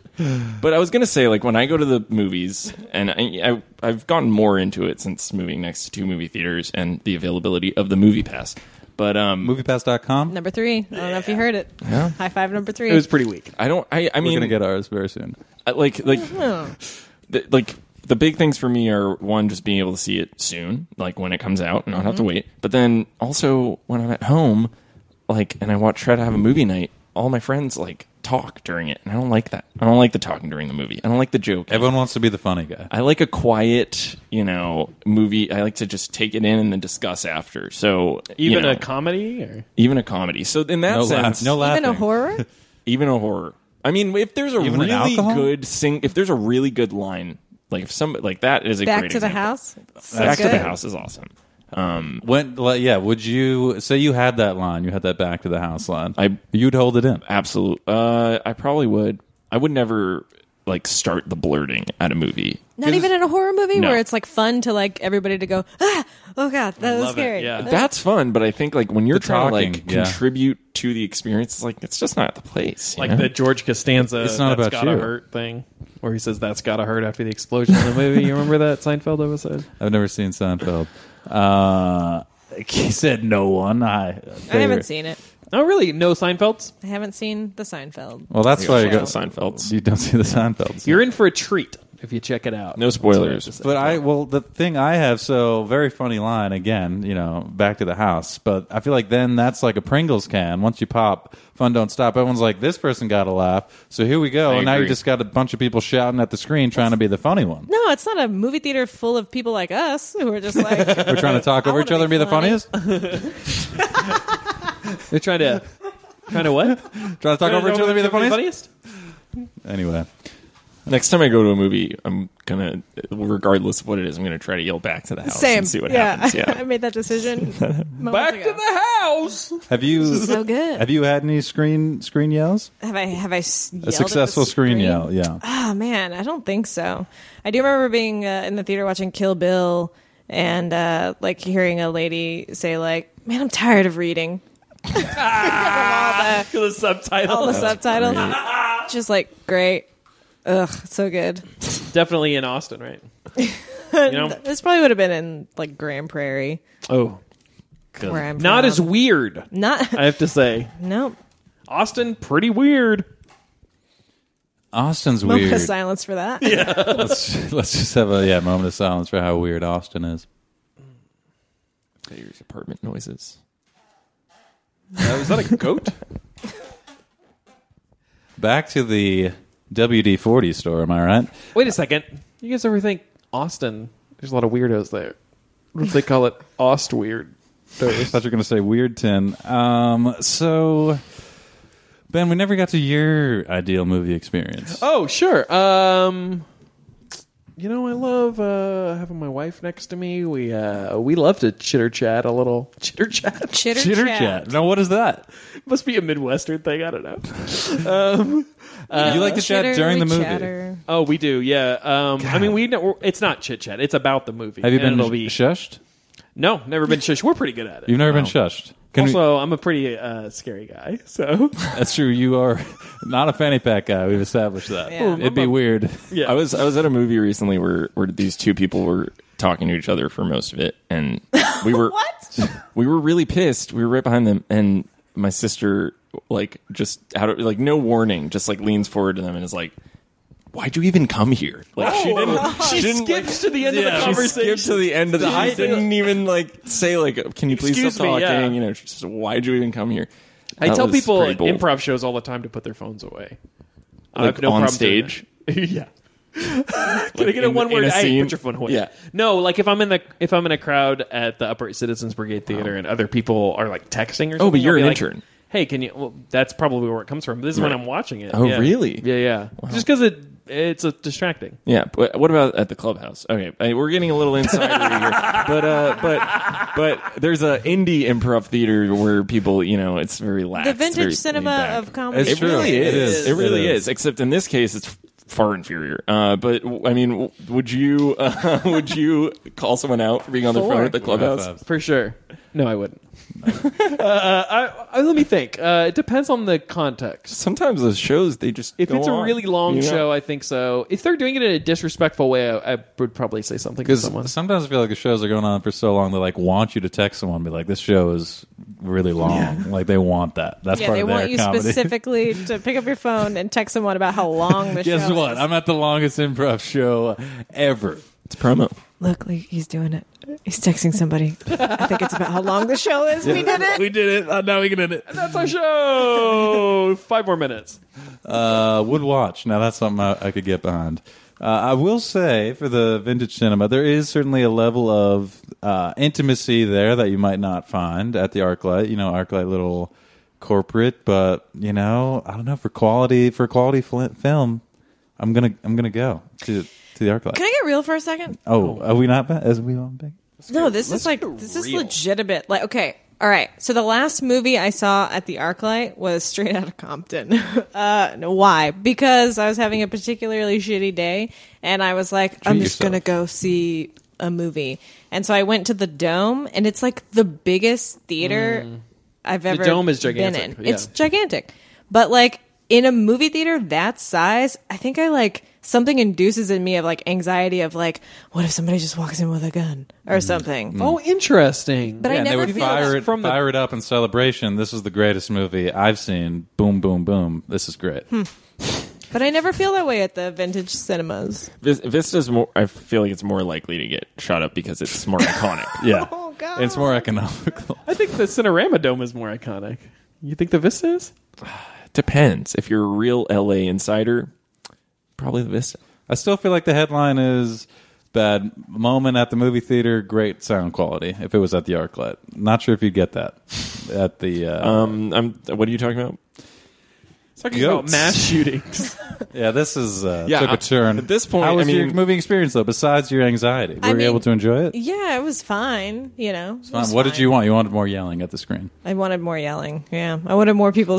But I was gonna say, like, when I go to the movies, and I, I I've gotten more into it since moving next to two movie theaters and the availability of the movie pass. But um, MoviePass.com. Number three. I don't know if you heard it. High five, number three. It was pretty weak. I don't. I I We're mean, gonna get ours very soon. I- like like Hmm. the, like the big things for me are one just being able to see it soon, like when it comes out, and I don't have to wait. But then also when I'm at home, like, and I watch try to have a movie night, all my friends like talk during it, and I don't like that. I don't like the talking during the movie. I don't like the joke. Everyone wants to be the funny guy. I like a quiet, you know, movie. I like to just take it in and then discuss after. So you Even know, a comedy or even a comedy. So in that No sense, laugh. No laughing. Even a horror? even a horror. I mean, if there's a Even an really alcohol? good sing, if there's a really good line, like if some like that is a Back great to the example. house? So Back to good. the house is awesome. When, like, yeah, would you say you had that line? You had that back to the house line. I- you'd hold it in. Absolute. Uh, I probably would. I would never like start the blurting at a movie. Not even in a horror movie No. where it's like fun to like everybody to go, ah, oh God, that was Love it, scary. yeah. That's fun, but I think like when you're The trying to talking, like yeah. contribute to the experience, it's like it's just not the place. you like know? the George Costanza It's not "That's about gotta you." hurt thing where he says that's gotta hurt after the explosion in the movie. You remember that Seinfeld <laughs> episode? I've never seen Seinfeld. Uh, he said no one. I, I haven't seen it. Oh really? No Seinfelds? I haven't seen the Seinfeld. Well, that's why you Yeah. go. Seinfelds. You don't see the Seinfelds. You're in for a treat if you check it out. No spoilers. That's what But I have to say. I well, the thing I have so very funny line again. You know, back to the house. But I feel like then that's like a Pringles can. Once you pop, fun don't stop. Everyone's like, this person got to laugh. So here we go. I and now you agree. just got a bunch of people shouting at the screen trying to be the funny one. No, it's not a movie theater full of people like us who are <laughs> just like, We're trying to talk <laughs> I over each other wanna and be be the funny. funniest. they're trying to trying to what? trying to <laughs> <laughs> talk over each other and be the funniest. funniest? Anyway, Next time I go to a movie, I'm gonna, regardless of what it is, I'm gonna try to yell back to the house same. and see what yeah. happens. <laughs> I Yeah. <laughs> made that decision. Back to the house. have <laughs> you So <laughs> good. have you had any screen screen yells? Have I have I s- yelled A successful at the screen, screen yell, yeah. Oh man, I don't think so. I do remember being uh, in the theater watching Kill Bill and uh, like hearing a lady say like, "Man, I'm tired of reading." the subtitle. All the subtitle, <laughs> just like great. Ugh, so good. Definitely in Austin, right? <laughs> you know? This probably would have been in like Grand Prairie, Oh. where I'm Not from. as weird, <laughs> not I have to say. no. Austin, pretty weird. Austin's Moment of weird. silence for that. let's, <laughs> let's just have a yeah moment of silence for how weird Austin is. There's apartment noises. was Oh, that a goat? Back to the WD forty store. Am I right? Wait a second. You guys ever think Austin? There's a lot of weirdos there. What if they call it Aust weird? I thought you were going to say weird tin. Um, so, Ben, we never got to your ideal movie experience. Oh, sure. Um, you know, I love uh, having my wife next to me. We uh, we love to chitter chat a little. <laughs> Chitter chat Chitter, Chitter chat. chat. Now, what is that? must be a Midwestern thing. I don't know. you like to Uh, Chitter, chat during the we movie? chatter. Oh, we do. Yeah. Um, I mean, we. Know, it's not chit chat. It's about the movie. Have you And been It'll be shushed? no. Never been shush. We're pretty good at it. You've never been shushed. Can we- also, I'm a pretty uh, scary guy, so that's true. You are <laughs> not a fanny pack guy. We've established that. Yeah. It'd be weird. yeah. I was I was at a movie recently where where these two people were talking to each other for most of it, <laughs> and we were What? <laughs> we were really pissed. We were right behind them, and my sister like just out of like no warning, just like leans forward to them and is like, "Why'd you even come here?" Like she didn't. <laughs> she didn't, like- skips to the end of the She conversation. skipped to the end of the. She didn't even like say like, "Can you please Excuse stop me, talking?" yeah. You know, she's just, why'd you even come here? I That tell was people pretty at bold. improv shows all the time to put their phones away. I Like, have no on problem doing stage? that. <laughs> yeah. Can I get a in- one word? in a Hey, scene? put your phone away. Yeah. No, like if I'm in the if I'm in a crowd at the Upright Citizens Brigade Theater and other people are like texting or something. Oh, but you're I'll be an like, intern. hey, can you? Well, that's probably where it comes from. This is when Right. I'm watching it. Oh, Yeah. really? Yeah, yeah. Just because it it's a distracting. Yeah, but what about at the clubhouse? Okay, I- we're getting a little insider <laughs> here, but uh, but but there's a indie improv theater where people, you know, it's very lax. the very vintage cinema laid back. of comedy. It's It true. really is. It It, is. really It is. is. Except in this case, it's far inferior. Uh, but w- I mean, w- would you uh, <laughs> would you call someone out for being on their phone Four. at the clubhouse? Fives. For sure. No, I <laughs> wouldn't. uh, I, I, let me think. Uh, it depends on the context. Sometimes those shows they just If go it's a on, really long you know? show, I think so. If they're doing it in a disrespectful way, I, I would probably say something to someone. Because sometimes I feel like the shows are going on for so long, they like want you to text someone, and be like, "This show is really long." Like they want that. That's yeah, part they of their want you comedy. specifically to pick up your phone and text someone about how long <laughs> the Guess show what? is. I'm at the longest improv show ever. it's promo. Look, like, he's doing it. He's texting somebody. I think it's about how long the show <laughs> is. We did it. We did it. Uh, now we can end it. That's our show. Five more minutes. Uh, would watch. Now that's something I, I could get behind. Uh, I will say for the vintage cinema, there is certainly a level of uh, intimacy there that you might not find at the ArcLight. You know, ArcLight little corporate, but you know, I don't know for quality for quality fl- film. I'm gonna I'm gonna go to to the ArcLight. Can I get real for a second? oh, are we not? ba- As we on big? No, this is like this is legitimate. Like, okay, all right. So the last movie I saw at the ArcLight was Straight Outta Compton. <laughs> uh, no, why? Because I was having a particularly shitty day, and I was like, I'm just yourself. gonna go see a movie. And so I went to the Dome, and it's like the biggest theater I've ever Mm. Dome is been gigantic, in. yeah. It's gigantic, but like in a movie theater that size, I think I like something induces in me of like anxiety of like, what if somebody just walks in with a gun or Mm-hmm. something? Oh, interesting. But I and they never would feel fire that. it, From the- fire it up in celebration. This is the greatest movie I've seen. Boom, boom, boom. This is great. Hmm. But I never feel that way at the vintage cinemas. Vis- Vista's more. I feel like it's more likely to get shot up because it's <laughs> more iconic. Yeah, <laughs> Oh, God. it's more economical. I think the Cinerama Dome is more iconic. You think the Vista is? Depends. If you're a real LA insider, probably the Vista. I still feel like the headline is bad moment at the movie theater, great sound quality. If it was at the ArcLight, not sure if you'd get that <laughs> at the uh, Um, I'm. What are you talking about? It's talking about Goats. mass shootings. yeah. This is uh, yeah, took I- a turn at this point, How was I your mean- movie experience though? Besides your anxiety, were I you mean- able to enjoy it? Yeah, it was fine. You know, It was what did fine. you want? You wanted more yelling at the screen. I wanted more yelling. Yeah, I wanted more people <laughs>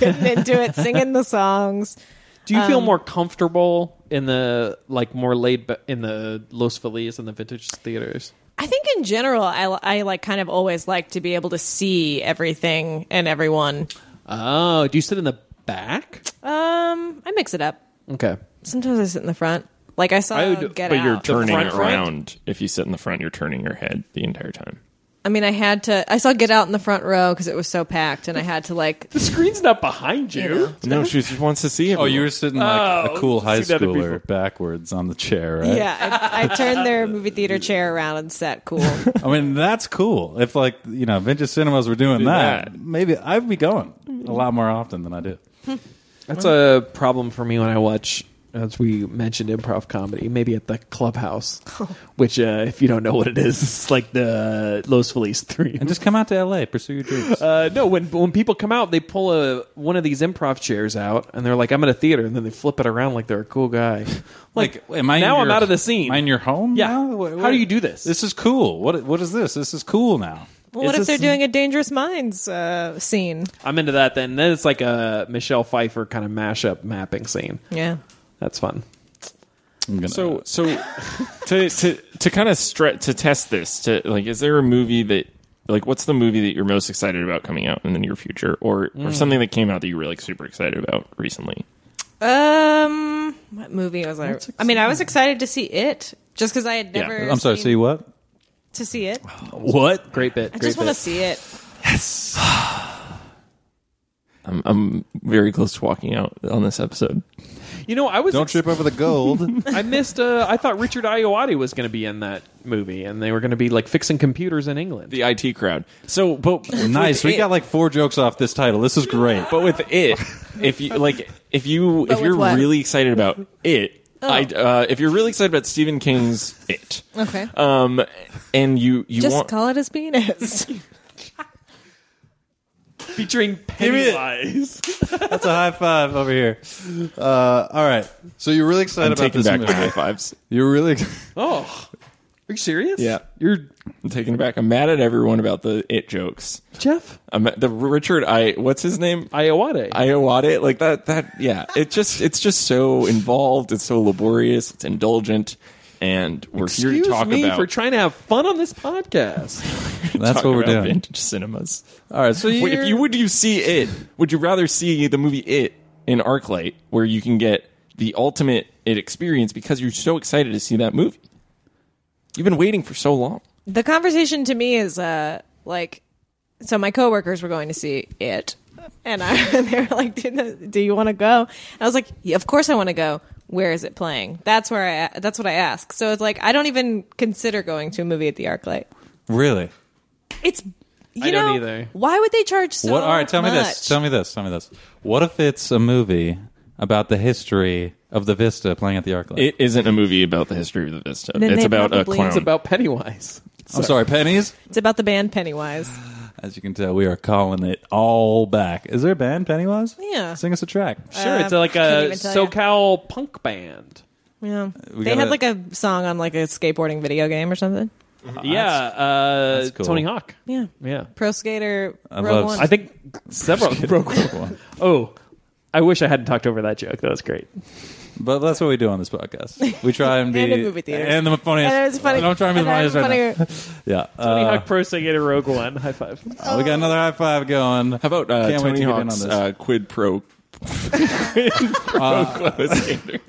getting into it, singing the songs. <laughs> Do you feel more comfortable in the like more laid ba- in the Los Feliz and the vintage theaters? I think in general, I, I like kind of always like to be able to see everything and everyone. Oh, do you sit in the back? Um, I mix it up. Okay. Sometimes I sit in the front. Like I saw I would- Get but Out. you're turning front, front? around. If you sit in the front, you're turning your head the entire time. I mean, I had to. I saw Get Out in the front row because it was so packed, and I had to like. The screen's not behind you. No, she just wants to see it. Oh, you were sitting like Oh, a cool see high the other schooler people. backwards on the chair, right? Yeah, I, I turned their movie theater chair around and sat cool. I mean, that's cool. If like you know, vintage cinemas were doing that, that. maybe I'd be going a lot more often than I do. That's a problem for me when I watch, as we mentioned, improv comedy, maybe at the <laughs> clubhouse, Oh. which, uh, if you don't know what it is, it's like the Los Feliz 3. And just come out to L.A. Pursue your <laughs> dreams. Uh, no, when when people come out, they pull a one of these improv chairs out, and they're like, "I'm in a theater," and then they flip it around like they're a cool guy. <laughs> Like, am I in now your- I'm out of the scene. Am I in your home? Yeah. now? Wha- How what- do you do this? This is cool. What? What is this? This is cool now. Well, what It's if they're just- doing a Dangerous Minds uh, scene? I'm into that. Then then it's like a Michelle Pfeiffer kind of mashup mapping scene. Yeah. That's fun. I'm gonna, So, <laughs> so to to to kind of stretch to test this. To like, is there a movie that like what's the movie that you're most excited about coming out in the near future, or or something that came out that you were like super excited about recently? Um, what movie was I? I mean, I was excited to see it just because I had Yeah. never. uh, I'm sorry. seen- See what? to see it. What? Great bit. I great just want to bit. see it. I'm I'm very close to walking out on this episode. You know, I was. Don't trip over the gold. I missed. Uh, I thought Richard Ayoade was going to be in that movie, and they were going to be like fixing computers in England. The IT crowd. So, <laughs> but nice. We it. got like four jokes off this title. This is great. but with it, if you like, if you if with you're what? really excited about it, I uh, if you're really excited about Stephen King's it, Okay. Uh, um, and you you just <laughs> want call it his penis. featuring me it. Pennywise. <laughs> That's a high five over here. Uh, all right. So you're really excited I'm about taking this back my movie. high fives. You're really <laughs> Oh, are you serious? Yeah. you're I'm taking it back. I'm mad at everyone about the it jokes. Jeff I'm at the Richard I what's his name? Iowade. Iowade, like that that yeah. It just it's just so involved, it's so laborious, it's indulgent, and we're here Excuse to talk me about for trying to have fun on this podcast. <laughs> That's talk what we're about doing. Vintage cinemas. All right. So you Wait, if you would would you see it, would you rather see the movie It in ArcLight, where you can get the ultimate It experience because you're so excited to see that movie? You've been waiting for so long. the conversation to me is uh like so my coworkers were going to see it and I <laughs> and they were like do, do you want to go i was like "Yeah, of course i want to go where is it playing that's where i that's what i ask so it's like i don't even consider going to a movie at the arclight really. it's you I know don't either. why would they charge so what? All right. Tell me much? this. Tell me this. Tell me this. What if it's a movie about the history of the Vista playing at the ArcLight? It isn't a movie about the history of the Vista. Then it's they about a probably- clown. It's It's about Pennywise. I'm sorry, pennies. it's about the band pennywise As you can tell, we are calling it all back. Is there a band, Pennywise? Yeah. Sing us a track. Sure, it's Um, like can't a even tell SoCal punk band. yeah We they had gotta- like a song on like a skateboarding video game or something yeah, uh, cool. Tony Hawk. yeah Yeah, pro skater I love- one. I think several. oh, I wish I hadn't talked over that joke. That was great. But that's what we do on this podcast. We try <laughs> and be And in movie theaters. and the funniest. And it's funny. I'm trying to be the And funniest I'm right now. Yeah. Tony uh, Hawk Pro Skater Rogue One. High five. Oh, we got another high five <laughs> going. How about uh, Can't wait to Tony get in Hawk's on this. uh, <laughs> quid <laughs> pro? Uh, quid pro skater.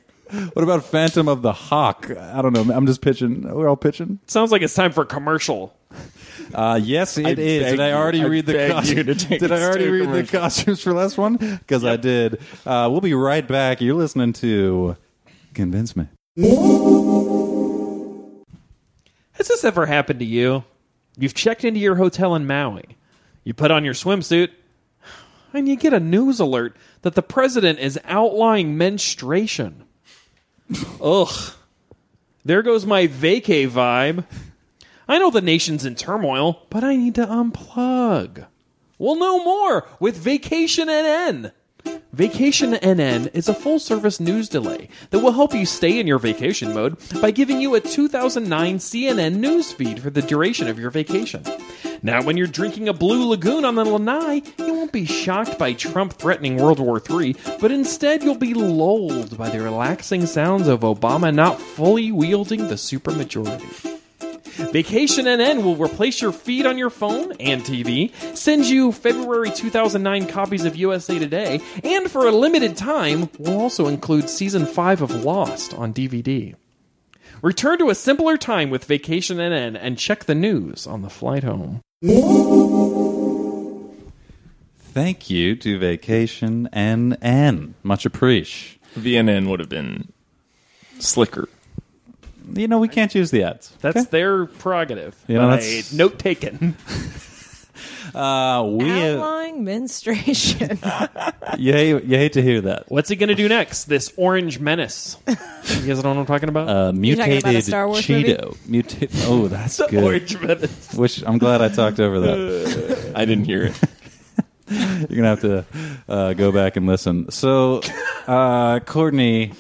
What about Phantom of the Hawk? I don't know. I'm just pitching. We're all pitching. Sounds like it's time for a commercial. Uh, yes, it is. beg Did I you- already I read the beg costumes? you to take Did I us already to a read the commercial. costumes for last one? Because I did. Uh, we'll be right back. You're listening to Convince Me. Has this ever happened to you? You've checked into your hotel in Maui. You put on your swimsuit, and you get a news alert that the president is outlawing menstruation. Ugh. There goes my vacay vibe. I know the nation's in turmoil, but I need to unplug. We'll know more with Vacation NN. Vacation NN is a full service news delay that will help you stay in your vacation mode by giving you a 2009 CNN news feed for the duration of your vacation. Now, when you're drinking a blue lagoon on the Lanai, you won't be shocked by Trump threatening World War III, but instead you'll be lulled by the relaxing sounds of Obama not fully wielding the supermajority. Vacation NN will replace your feed on your phone and TV, send you February 2009 copies of USA Today, and for a limited time, will also include season 5 of Lost on DVD. Return to a simpler time with Vacation NN and check the news on the flight home. Thank you to Vacation NN. Much appreciated. VNN would have been slicker. You know, we can't use the ads. That's okay? their prerogative. You know, that's- note taken. uh, we. Uh, Outlawing menstruation. you, hate, you hate to hear that. What's he going to do next? This orange menace. You guys know what I'm talking about? Uh, talking mutated about a Star Wars movie? Cheeto. Muta- oh, <laughs> that's the good. orange menace. Which I'm glad I talked over that. I didn't hear it. You're gonna have to uh, go back and listen. So, uh, Courtney,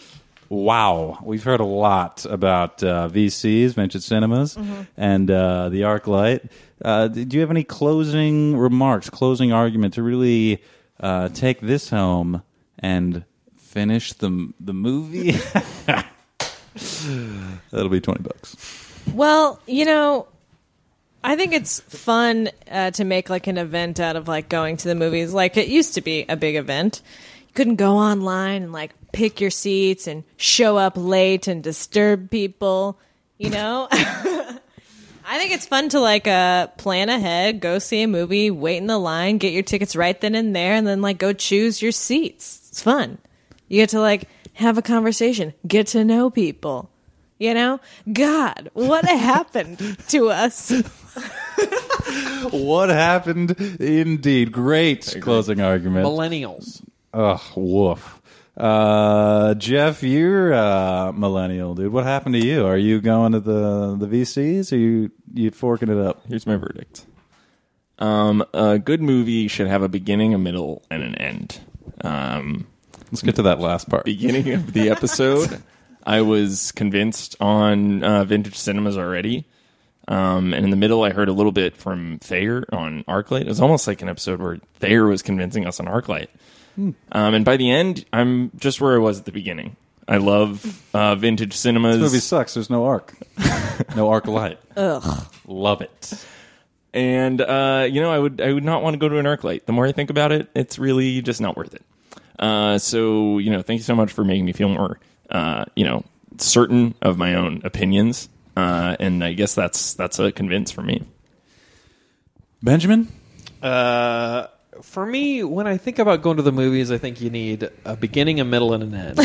wow, we've heard a lot about uh, VCs, vintage cinemas, and uh, the ArcLight. Uh, d- do you have any closing remarks, closing argument to really uh, take this home and finish the the movie? <laughs> That'll be twenty bucks. well, you know, I think it's fun uh, to make like an event out of like going to the movies. Like it used to be a big event. You couldn't go online and like pick your seats and show up late and disturb people, you know? <laughs> I think it's fun to like uh, plan ahead, go see a movie, wait in the line, get your tickets right then and there, and then like go choose your seats. It's fun. You get to like have a conversation, get to know people. You know, God, what <laughs> happened to us? What happened? Indeed, great closing argument. Millennials. Ugh, woof. Uh, Jeff, you're a millennial, dude. What happened to you? Are you going to the the VCs? Or you you forking it up? Here's my verdict. Um, a good movie should have a beginning, a middle, and an end. Um, Let's get to that last part. beginning of the episode, I was convinced on uh, vintage cinemas already. Um, and in the middle, I heard a little bit from Thayer on ArcLight. It was almost like an episode where Thayer was convincing us on ArcLight. Um, and by the end, I'm just where I was at the beginning. I love uh, vintage cinemas. This movie sucks. There's no arc. <laughs> no arc light. Ugh. Love it. and uh, you know, I would I would not want to go to an arc light. The more I think about it, it's really just not worth it. Uh, so you know, thank you so much for making me feel more uh, you know certain of my own opinions, uh, and I guess that's that's a convince for me. Benjamin? Uh, for me, when I think about going to the movies, I think you need a beginning, a middle, and an end.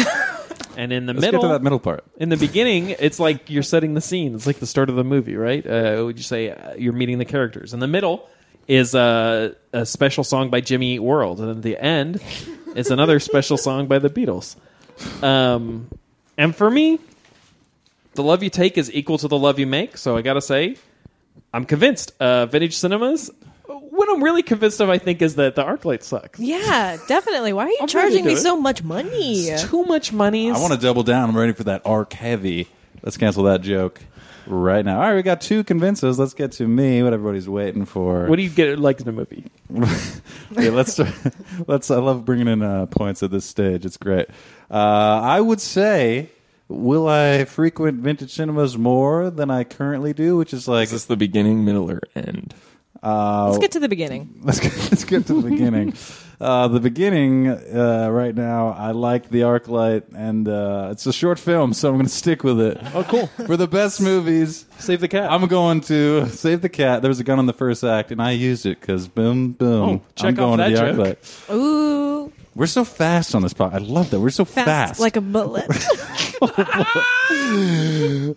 and in the Let's middle, get to that middle part. in the beginning, it's like you're setting the scene. It's like the start of the movie, right? Uh, would you say uh, you're meeting the characters? In the middle is uh, a special song by Jimmy Eat World, and at the end is another special song by the Beatles. Um, and for me, the love you take is equal to the love you make. So I gotta say, I'm convinced. Uh, vintage cinemas. What I'm really convinced of, I think, is that the ArcLight sucks. Yeah, definitely. Why are you I'll try to charging do me it. so much money? Too much money. I want to double down. I'm ready for that arc heavy. Let's cancel that joke right now. All right, we got two convinces. Let's get to me, what everybody's waiting for. What do you get like in a movie? yeah, let's <laughs> let's. I love bringing in uh, points at this stage. It's great. Uh, I would say, will I frequent vintage cinemas more than I currently do? Which is like, uh, Is this the beginning, middle, or end? Let's get to the beginning. <laughs> let's get, let's get to the <laughs> beginning. Uh, the beginning uh, right now. I like the arc light, and uh, it's a short film, so I'm going to stick with it. Oh, cool. For the best movies, Save the cat. I'm going to save the cat. There was a gun in the first act, and I used it because boom, boom. Oh, check I'm off going that to the joke. arc light. Ooh, We're so fast on this pod. I love that. We're so fast, fast. like a bullet.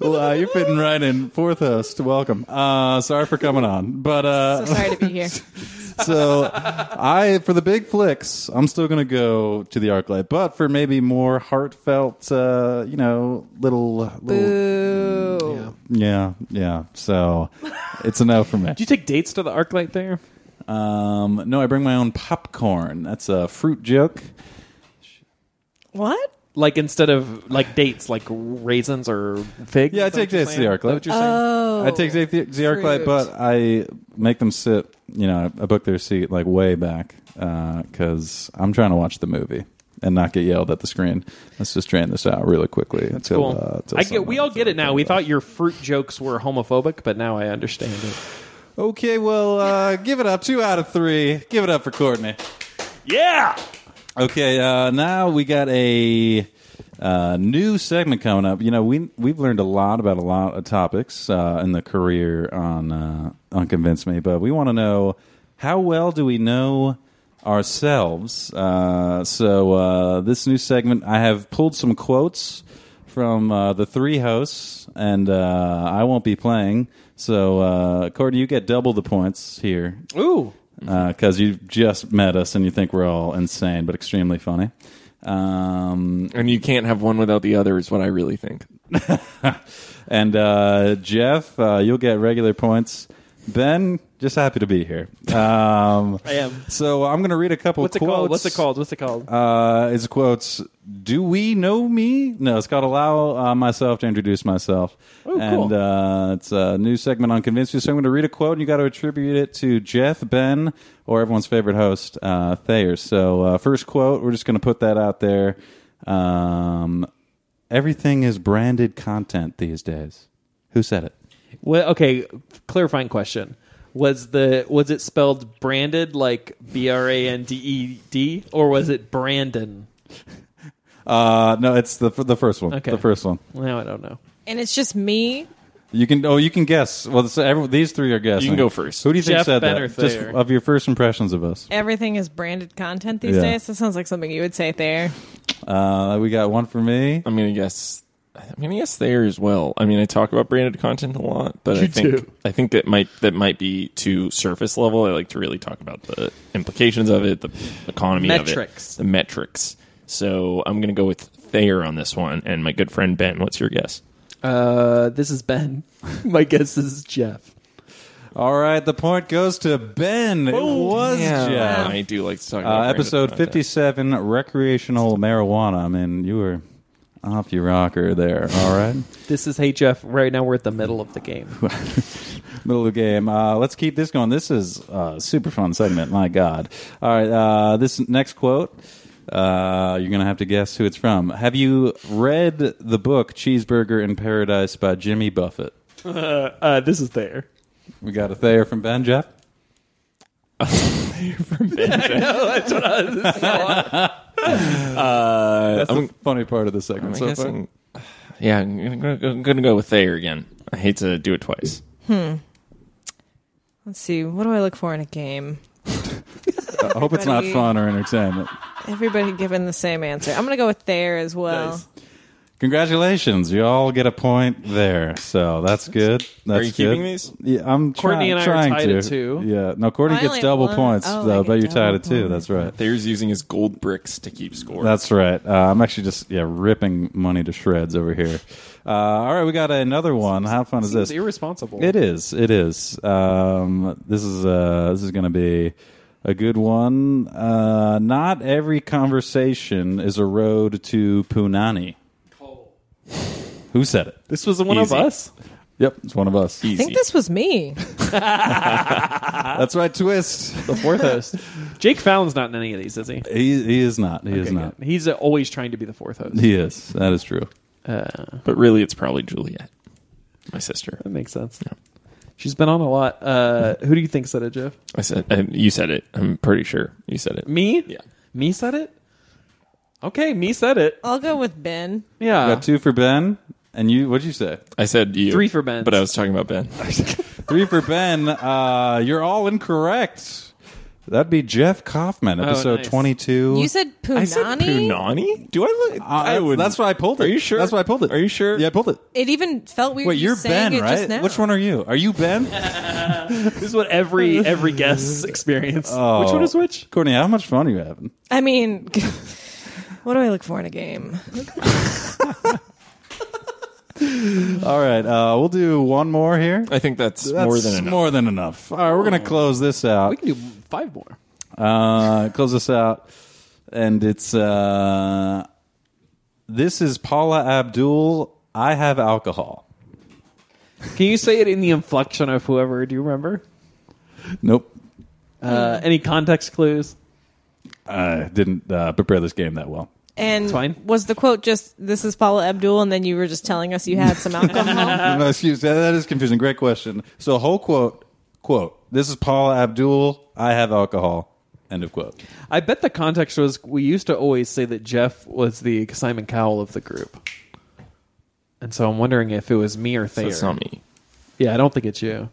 Wow, you're fitting right in. Fourth host, welcome. Uh, sorry for coming on, but so uh, sorry to be <laughs> here. so I for the big flicks, I'm still gonna go to the ArcLight, but for maybe more heartfelt, uh, you know, little, little <laughs> Ooh. yeah, yeah. So it's a no for <laughs> me. Do you take dates to the ArcLight there? Um, no, I bring my own popcorn. That's a fruit joke. What? Like instead of like dates, like raisins or figs. Yeah, I Is that take what you're dates to the saying? ArcLight. Is that What you're saying? Oh, I take the, the, the ArcLight, fruit. but I make them sit. You know, I book their seat like way back because I'm trying to watch the movie and not get yelled at the screen. Let's just drain this out really quickly. uh, That's Cool. I get. We all get it now. We thought your fruit jokes were homophobic, but now I understand it. Okay, well, <laughs> uh, give it up. Two out of three. Give it up for Courtney. Yeah. Okay, uh, now we got a uh, new segment coming up. You know, we we've learned a lot about a lot of topics uh, in the career on uh, on Convince Me, but we want to know how well do we know ourselves? Uh, so uh, this new segment, I have pulled some quotes from uh, the three hosts, and uh, I won't be playing. So, uh, Courtney, you get double the points here Ooh. because you just met us and you think we're all insane but extremely funny. Um, And you can't have one without the other. Is what I really think. and uh, Jeff, uh, you'll get regular points. Ben, just happy to be here. Um, I am. So I'm going to read a couple. What's it quotes. called? What's it called? What's it called? Uh, it's quotes. Do we know me? No, it's called allow uh, myself to introduce myself. Oh, cool. And uh, it's a new segment on convince you. So I'm going to read a quote, and you got to attribute it to Jeff, Ben, or everyone's favorite host, uh, Thayer. So uh, first quote, we're just going to put that out there. Um, everything is branded content these days. Who said it? well, okay. Clarifying question. Was the was it spelled branded like B R A N D E D or was it Brandon? Uh, no, it's the the first one. Okay. The first one. Now I don't know. and it's just me. You can oh you can guess. Well, so every, these three are guessing. You can go first. Who do you think Jeff, said Ben, that? or Just Thayer? of your first impressions of us. Everything is branded content these Yeah. days. That sounds like something you would say there. Uh, we got one for me. I'm gonna guess. I'm gonna guess there as well. I mean, I talk about branded content a lot, but I You think do. I think that might that might be too surface level. I like to really talk about the implications of it, the economy Metrics. of it, the metrics. So I'm gonna go with Thayer on this one, and my good friend Ben. What's your guess? Uh, this is Ben. My guess is Jeff. All right, the point goes to Ben. It Oh, was Jeff. I do like to talk Uh, about episode 57 recreational marijuana. I mean, you were off your rocker there. All right. This is Hey Jeff. Right now we're at the middle of the game. Middle of the game. Uh, let's keep this going. This is a super fun segment. My God. All right. Uh, this next quote. Uh, you're gonna have to guess who it's from. Have you read the book Cheeseburger in Paradise by Jimmy Buffett? <laughs> Uh, this is there. We got a Thayer from Ben Jeff. <laughs> <laughs> That's the funny part of the segment so far. Uh, guessing, yeah, I'm gonna, go- I'm gonna go with Thayer again. I hate to do it twice. Let's see. What do I look for in a game? I hope it's not Everybody- fun or entertainment. Everybody given the same answer. I'm going to go with there as well. Congratulations, you all get a point there. So that's good. That's Are you keeping good. these? Yeah, I'm Courtney try- and I are trying tied to. at two. Yeah, no, Courtney I gets only double have one. points Oh, though, I but get you're tied double at two. points. That's right. Thayer's using his gold bricks to keep score. That's right. Uh, I'm actually just yeah ripping money to shreds over here. Uh, all right, we got another one. How fun is It's this? irresponsible. It is. It is. Um, this is uh, this is going to be a good one. Uh, not every conversation is a road to Punani. Who said it? This was one Easy. of us. Yep, it's one of us. I Easy. think this was me. That's right. Twist. The fourth host. <laughs> Jake Fallon's not in any of these, is he? He he is not. He is Okay, not. good. He's uh, always trying to be the fourth host. He is. That is true. but really, it's probably Juliet, my sister. Uh, That makes sense. She's been on a lot. Uh, who do you think said it, Jeff? I said uh, you said it. I'm pretty sure you said it. Me? Yeah. Me said it? Okay, me said it. I'll go with Ben. Yeah. Uh. Got two for Ben. And you, what'd you say? I said you. Three for Ben. But I was talking about Ben. Three for Ben. Uh, you're all incorrect. That'd be Jeff Oh, Kaufman, episode nice. 22. You said Punani? I said Punani. Do I look? Uh, I that's- would. That's why I pulled it. Are you sure? That's why I pulled it. Are you sure? Yeah, I pulled it. It even felt weird. Wait, you you're saying Ben, it just right? now. Which one are you? Are you <laughs> Ben? this is what every every guest's experience. Which one is which? Courtney, how much fun are you having? I mean, <laughs> what do I look for in a game? All right, uh, we'll do one more here. I think that's, That's more than enough. Oh. More than enough. All right, we're going to close this out. We can do five more. uh, close this out, and it's uh, this is Paula Abdul. I have alcohol. Can you say it in the inflection of whoever? Do you remember? Nope, Uh, any context clues? I didn't uh, prepare this game that well. And fine. was the quote just "This is Paula Abdul," and then you were just telling us you <laughs> had some alcohol? no, excuse that, that is confusing. Great question. So whole quote quote. This is Paula Abdul. I have alcohol. End of quote. I bet the context was we used to always say that Jeff was the Simon Cowell of the group. And so I'm wondering if it was me or So Thayer. it's not me. Yeah, I don't think it's you.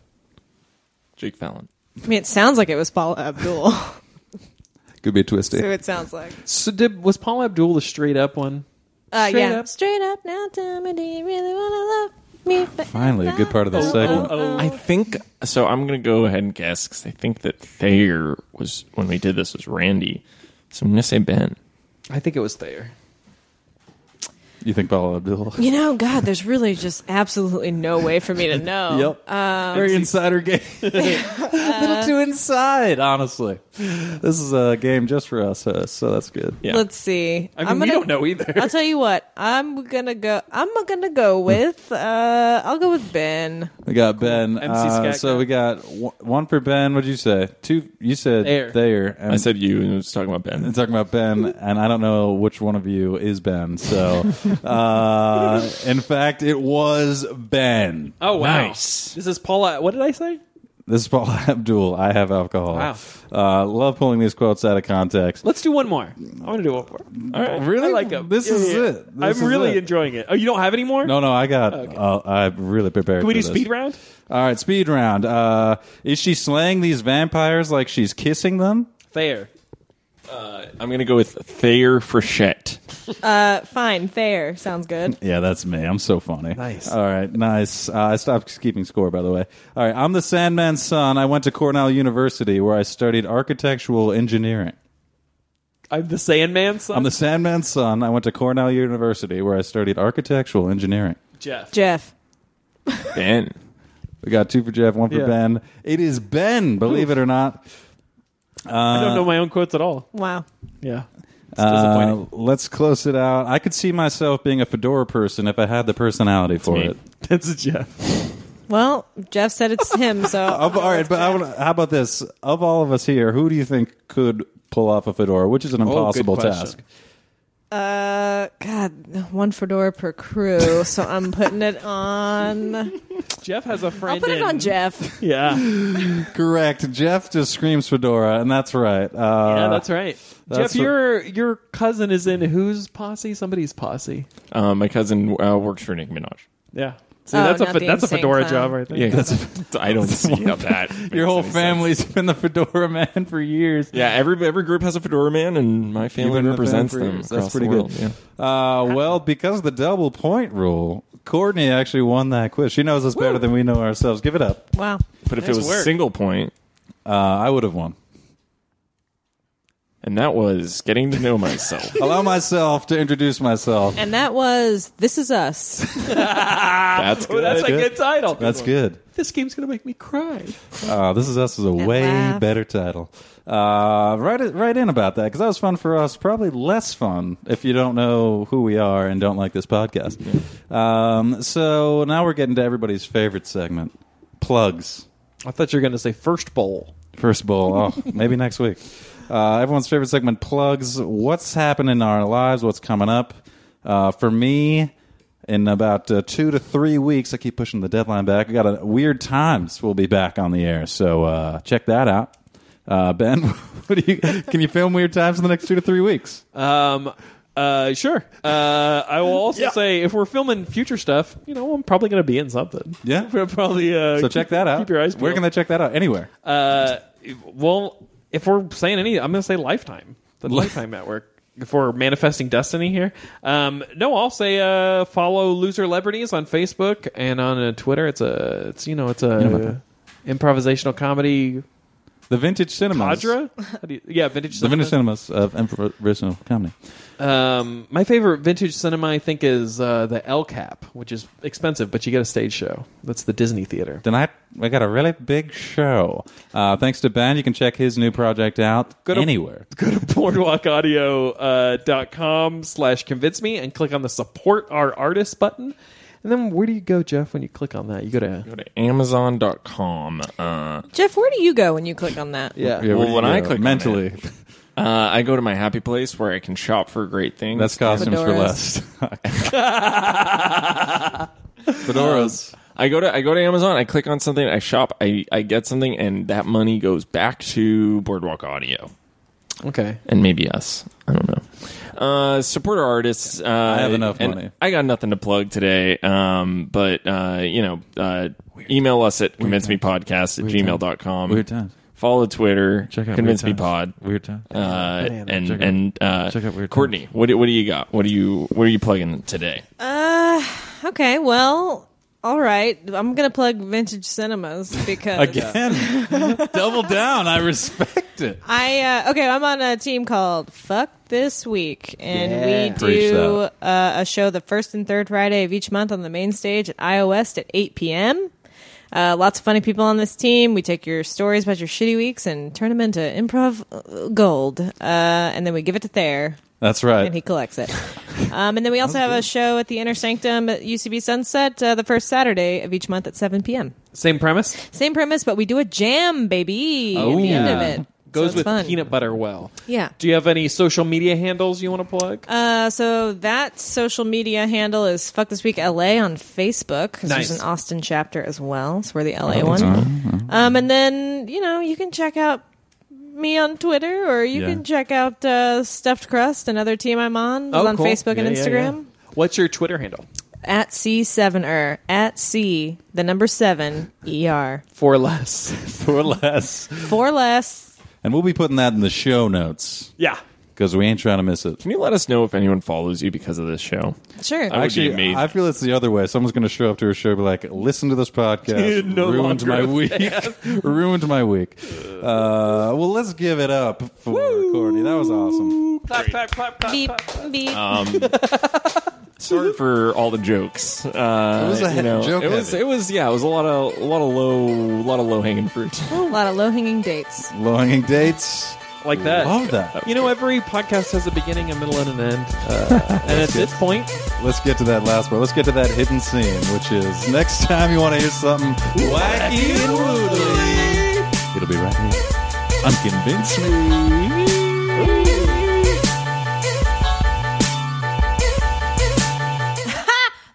Jake Fallon. I mean, it sounds like it was Paula Abdul. <laughs> Could be eh? twisty. so it sounds like. So did, was Paul Abdul the straight up one? Uh, Straight yeah. up. Straight up now, tell me, do you really want to love me? forever? Finally, a good part of the segment. I think so. I'm gonna go ahead and guess because I think that Thayer was when we did this was Randy. So I'm gonna say Ben. I think it was Thayer. You think Paula Abdul? You know, God, there's really just absolutely no way <laughs> for me to know. Yep. Very insider game. Um, <laughs> a little too inside, honestly. This is a game just for us, uh, so that's good. Yeah. Let's see. I mean, I'm we gonna- don't know <laughs> either. I'll tell you what. I'm gonna go. I'm gonna go with. Uh, I'll go with Ben. We got Ben. MC uh, Scat so Guy. we got w- one for Ben. What'd you say? Two. You said There. There. And I said you and I was talking about Ben. I'm talking about Ben, and I don't know which one of you is Ben. So, <laughs> uh, in fact, it was Ben. Oh wow! Nice. This is Paula. What did I say? This is Paul <laughs> Abdul. I have alcohol. Wow. Uh, love pulling these quotes out of context. Let's do one more. I'm gonna do one more. All right. Really? I like 'em. This Yeah, is yeah. it. This I'm is really it. enjoying it. Oh, you don't have any more? No, no, I got. Uh, I'm really prepared. Can we for do this. speed round? All right, speed round. Uh, is she slaying these vampires like she's kissing them? Thayer. I'm gonna go with Thayer Frechette. Uh, fine. Fair. Sounds good. Yeah, that's me. I'm so funny. Nice. All right, nice. Uh, I stopped keeping score, by the way. All right, I'm the Sandman's son. I went to Cornell University where I studied architectural engineering. I'm the Sandman son. I'm the Sandman's son. I went to Cornell University where I studied architectural engineering. Jeff. Jeff. Ben. We got two for Jeff, one for Yeah. Ben. It is Ben, believe it or not. I don't know my own quotes at all. Wow. Yeah. It's <laughs> Uh, disappointing. let's close it out. I could see myself being a fedora person if I had the personality for me. it. That's a Jeff. Well, Jeff said it's him, so Of, <laughs> all right, but I wanna, how about this? Of all of us here, who do you think could pull off a fedora, which is an impossible question. task? uh, God, one fedora per crew. So I'm putting it on. Jeff has a friend. I'll put it in- on Jeff. Yeah. Correct. Jeff just screams fedora, and that's right. Uh, yeah, that's right. that's Jeff, your your cousin is in whose posse? Somebody's posse. Uh, my cousin uh, works for Nick Minaj. Yeah. See, Oh, that's a not fe- the that's a insane fedora clown. job right there. Yeah, that's, <laughs> I don't see how that makes Your whole any sense. family's been the fedora <laughs> man for years. Yeah, every every group has a fedora man, and my You've family been the represents fan for them. years. across That's pretty the world. good. Yeah. Uh, well, because of the double point rule, Courtney actually won that quiz. She knows us better than we know ourselves. Give it up. Wow. But if Nice it was a work. single point, Uh, I would have won. and that was getting to know <laughs> myself. Allow myself to introduce myself. And that was This Is Us. that's Oh, good. that's a Good. good title. That's good. This game's gonna make me cry. Uh, this is us is a way laugh. better title. Uh, write it, write in about that because that was fun for us. Probably less fun if you don't know who we are and don't like this podcast. Um, so now we're getting to everybody's favorite segment: plugs. I thought you were gonna say first bowl. First bowl. <laughs> Oh, maybe next week. Uh, everyone's favorite segment plugs. What's happened in our lives? What's coming up? Uh, for me, in about uh, two to three weeks, I keep pushing the deadline back. We got a weird times. We'll be back on the air, so uh, check that out. Uh, ben, <laughs> what do you? Can you film weird times in the next two to three weeks? Um, uh, sure. Uh, I will also say if we're filming future stuff, you know, I'm probably going to be in something. Yeah. <laughs> we're probably. Uh, So keep- check that out. Keep your eyes. Where can they check that out? Anywhere. they? Uh, well, if we're saying any, I'm going to say Lifetime, the Lifetime Network. If we're manifesting destiny here, um, no, I'll say uh, follow Loser Liberties on Facebook and on uh, Twitter. It's a, it's you know, it's a improvisational comedy The Vintage Cinemas. cadre. How do you- yeah, vintage. The Vintage cinema. Cinemas of Improvisational Comedy. Um, my favorite vintage cinema, I think, is uh, the El Cap, which is expensive, but you get a stage show. That's the Disney theater. Tonight we got a really big show. Uh, thanks to Ben, you can check his new project out Good- anywhere. Go to boardwalkaudio.com uh, slash convince me and click on the support our artist button. And then where do you go, Jeff, when you click on that? You go to. Go to Amazon.com. Uh, Jeff, where do you go when you click on that? Yeah. Yeah, Well, we- when I yeah, click on mentally, uh, I go to my happy place where I can shop for great <laughs> things. that's costumes for Fedoras. less. <laughs> Fedoras. I go to I go to Amazon. I click on something. I shop. I I get something, and that money goes back to Boardwalk Audio Okay. and maybe us. I don't know. Uh, support our artists. Uh, I have enough money. I got nothing to plug today. Um, but uh, you know, uh, email us at convinceMePodcast at gmail.com. Weird times. Follow Twitter. Check out Convince Me Weird Times. Pod. Weird time. Uh, Man, and check out- and uh, check out Weird Courtney, what do, what do you got? What do you what are you plugging today? Uh, okay. Well, all right. I'm gonna plug vintage cinemas because Again, double down. I respect it. I uh, okay. I'm on a team called Fuck This Week, and Yeah. we Preach do that. uh, a show the first and third Friday of each month on the main stage at iOS at 8 p.m. Uh, lots of funny people on this team. We take your stories about your shitty weeks and turn them into improv uh, gold, uh, and then we give it to Thayer. <laughs> That's right. and he <laughs> collects it. Um, and then we also have a show at the Inner Sanctum at UCB Sunset uh, the first Saturday of each month at 7 p.m. Same premise. Same premise, but we do a jam, baby. Oh, at the end of it. So Goes it's with fun. peanut butter well. Yeah. Do you have any social media handles you want to plug? Uh, so that social media handle is Fuck This Week LA on Facebook. 'cause Nice. Oh, There's an Austin chapter as well. So we're the LA one. Um, and then, you know, you can check out me on Twitter or you Yeah. can check out uh, Stuffed Crust, another team I'm on, Oh, on cool. Facebook and Yeah, yeah, Instagram. yeah. What's your Twitter handle? at C7er, at C, the number seven, ER. For less. <laughs> for less. Four less. And we'll be putting that in the show notes yeah. because we ain't trying to miss it. Can you let us know if anyone follows you because of this show? Sure. I would be amazing. I feel it's the other way. Someone's going to show up to a show and be like, listen to this podcast. No ruined longer my a week. <laughs> ruined my week. Uh, well, let's give it up for Courtney. That was awesome. Clap, clap, clap, clap. Beep, beep. <laughs> Sorry for all the jokes. Uh, It was a you know, joke It was. heavy. It was. Yeah. It was a lot of a lot of low a lot of low hanging fruit. A lot of low hanging dates. Low hanging dates. like that. Love that. You know, every podcast has a beginning, a middle, and an end. <laughs> Uh, and at this point, Let's get to that last part. Let's get to that hidden scene, which is next time you want to hear something wacky and woodly. It'll be right here. Unconvinced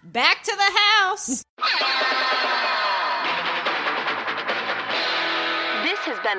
Back to the house. This has been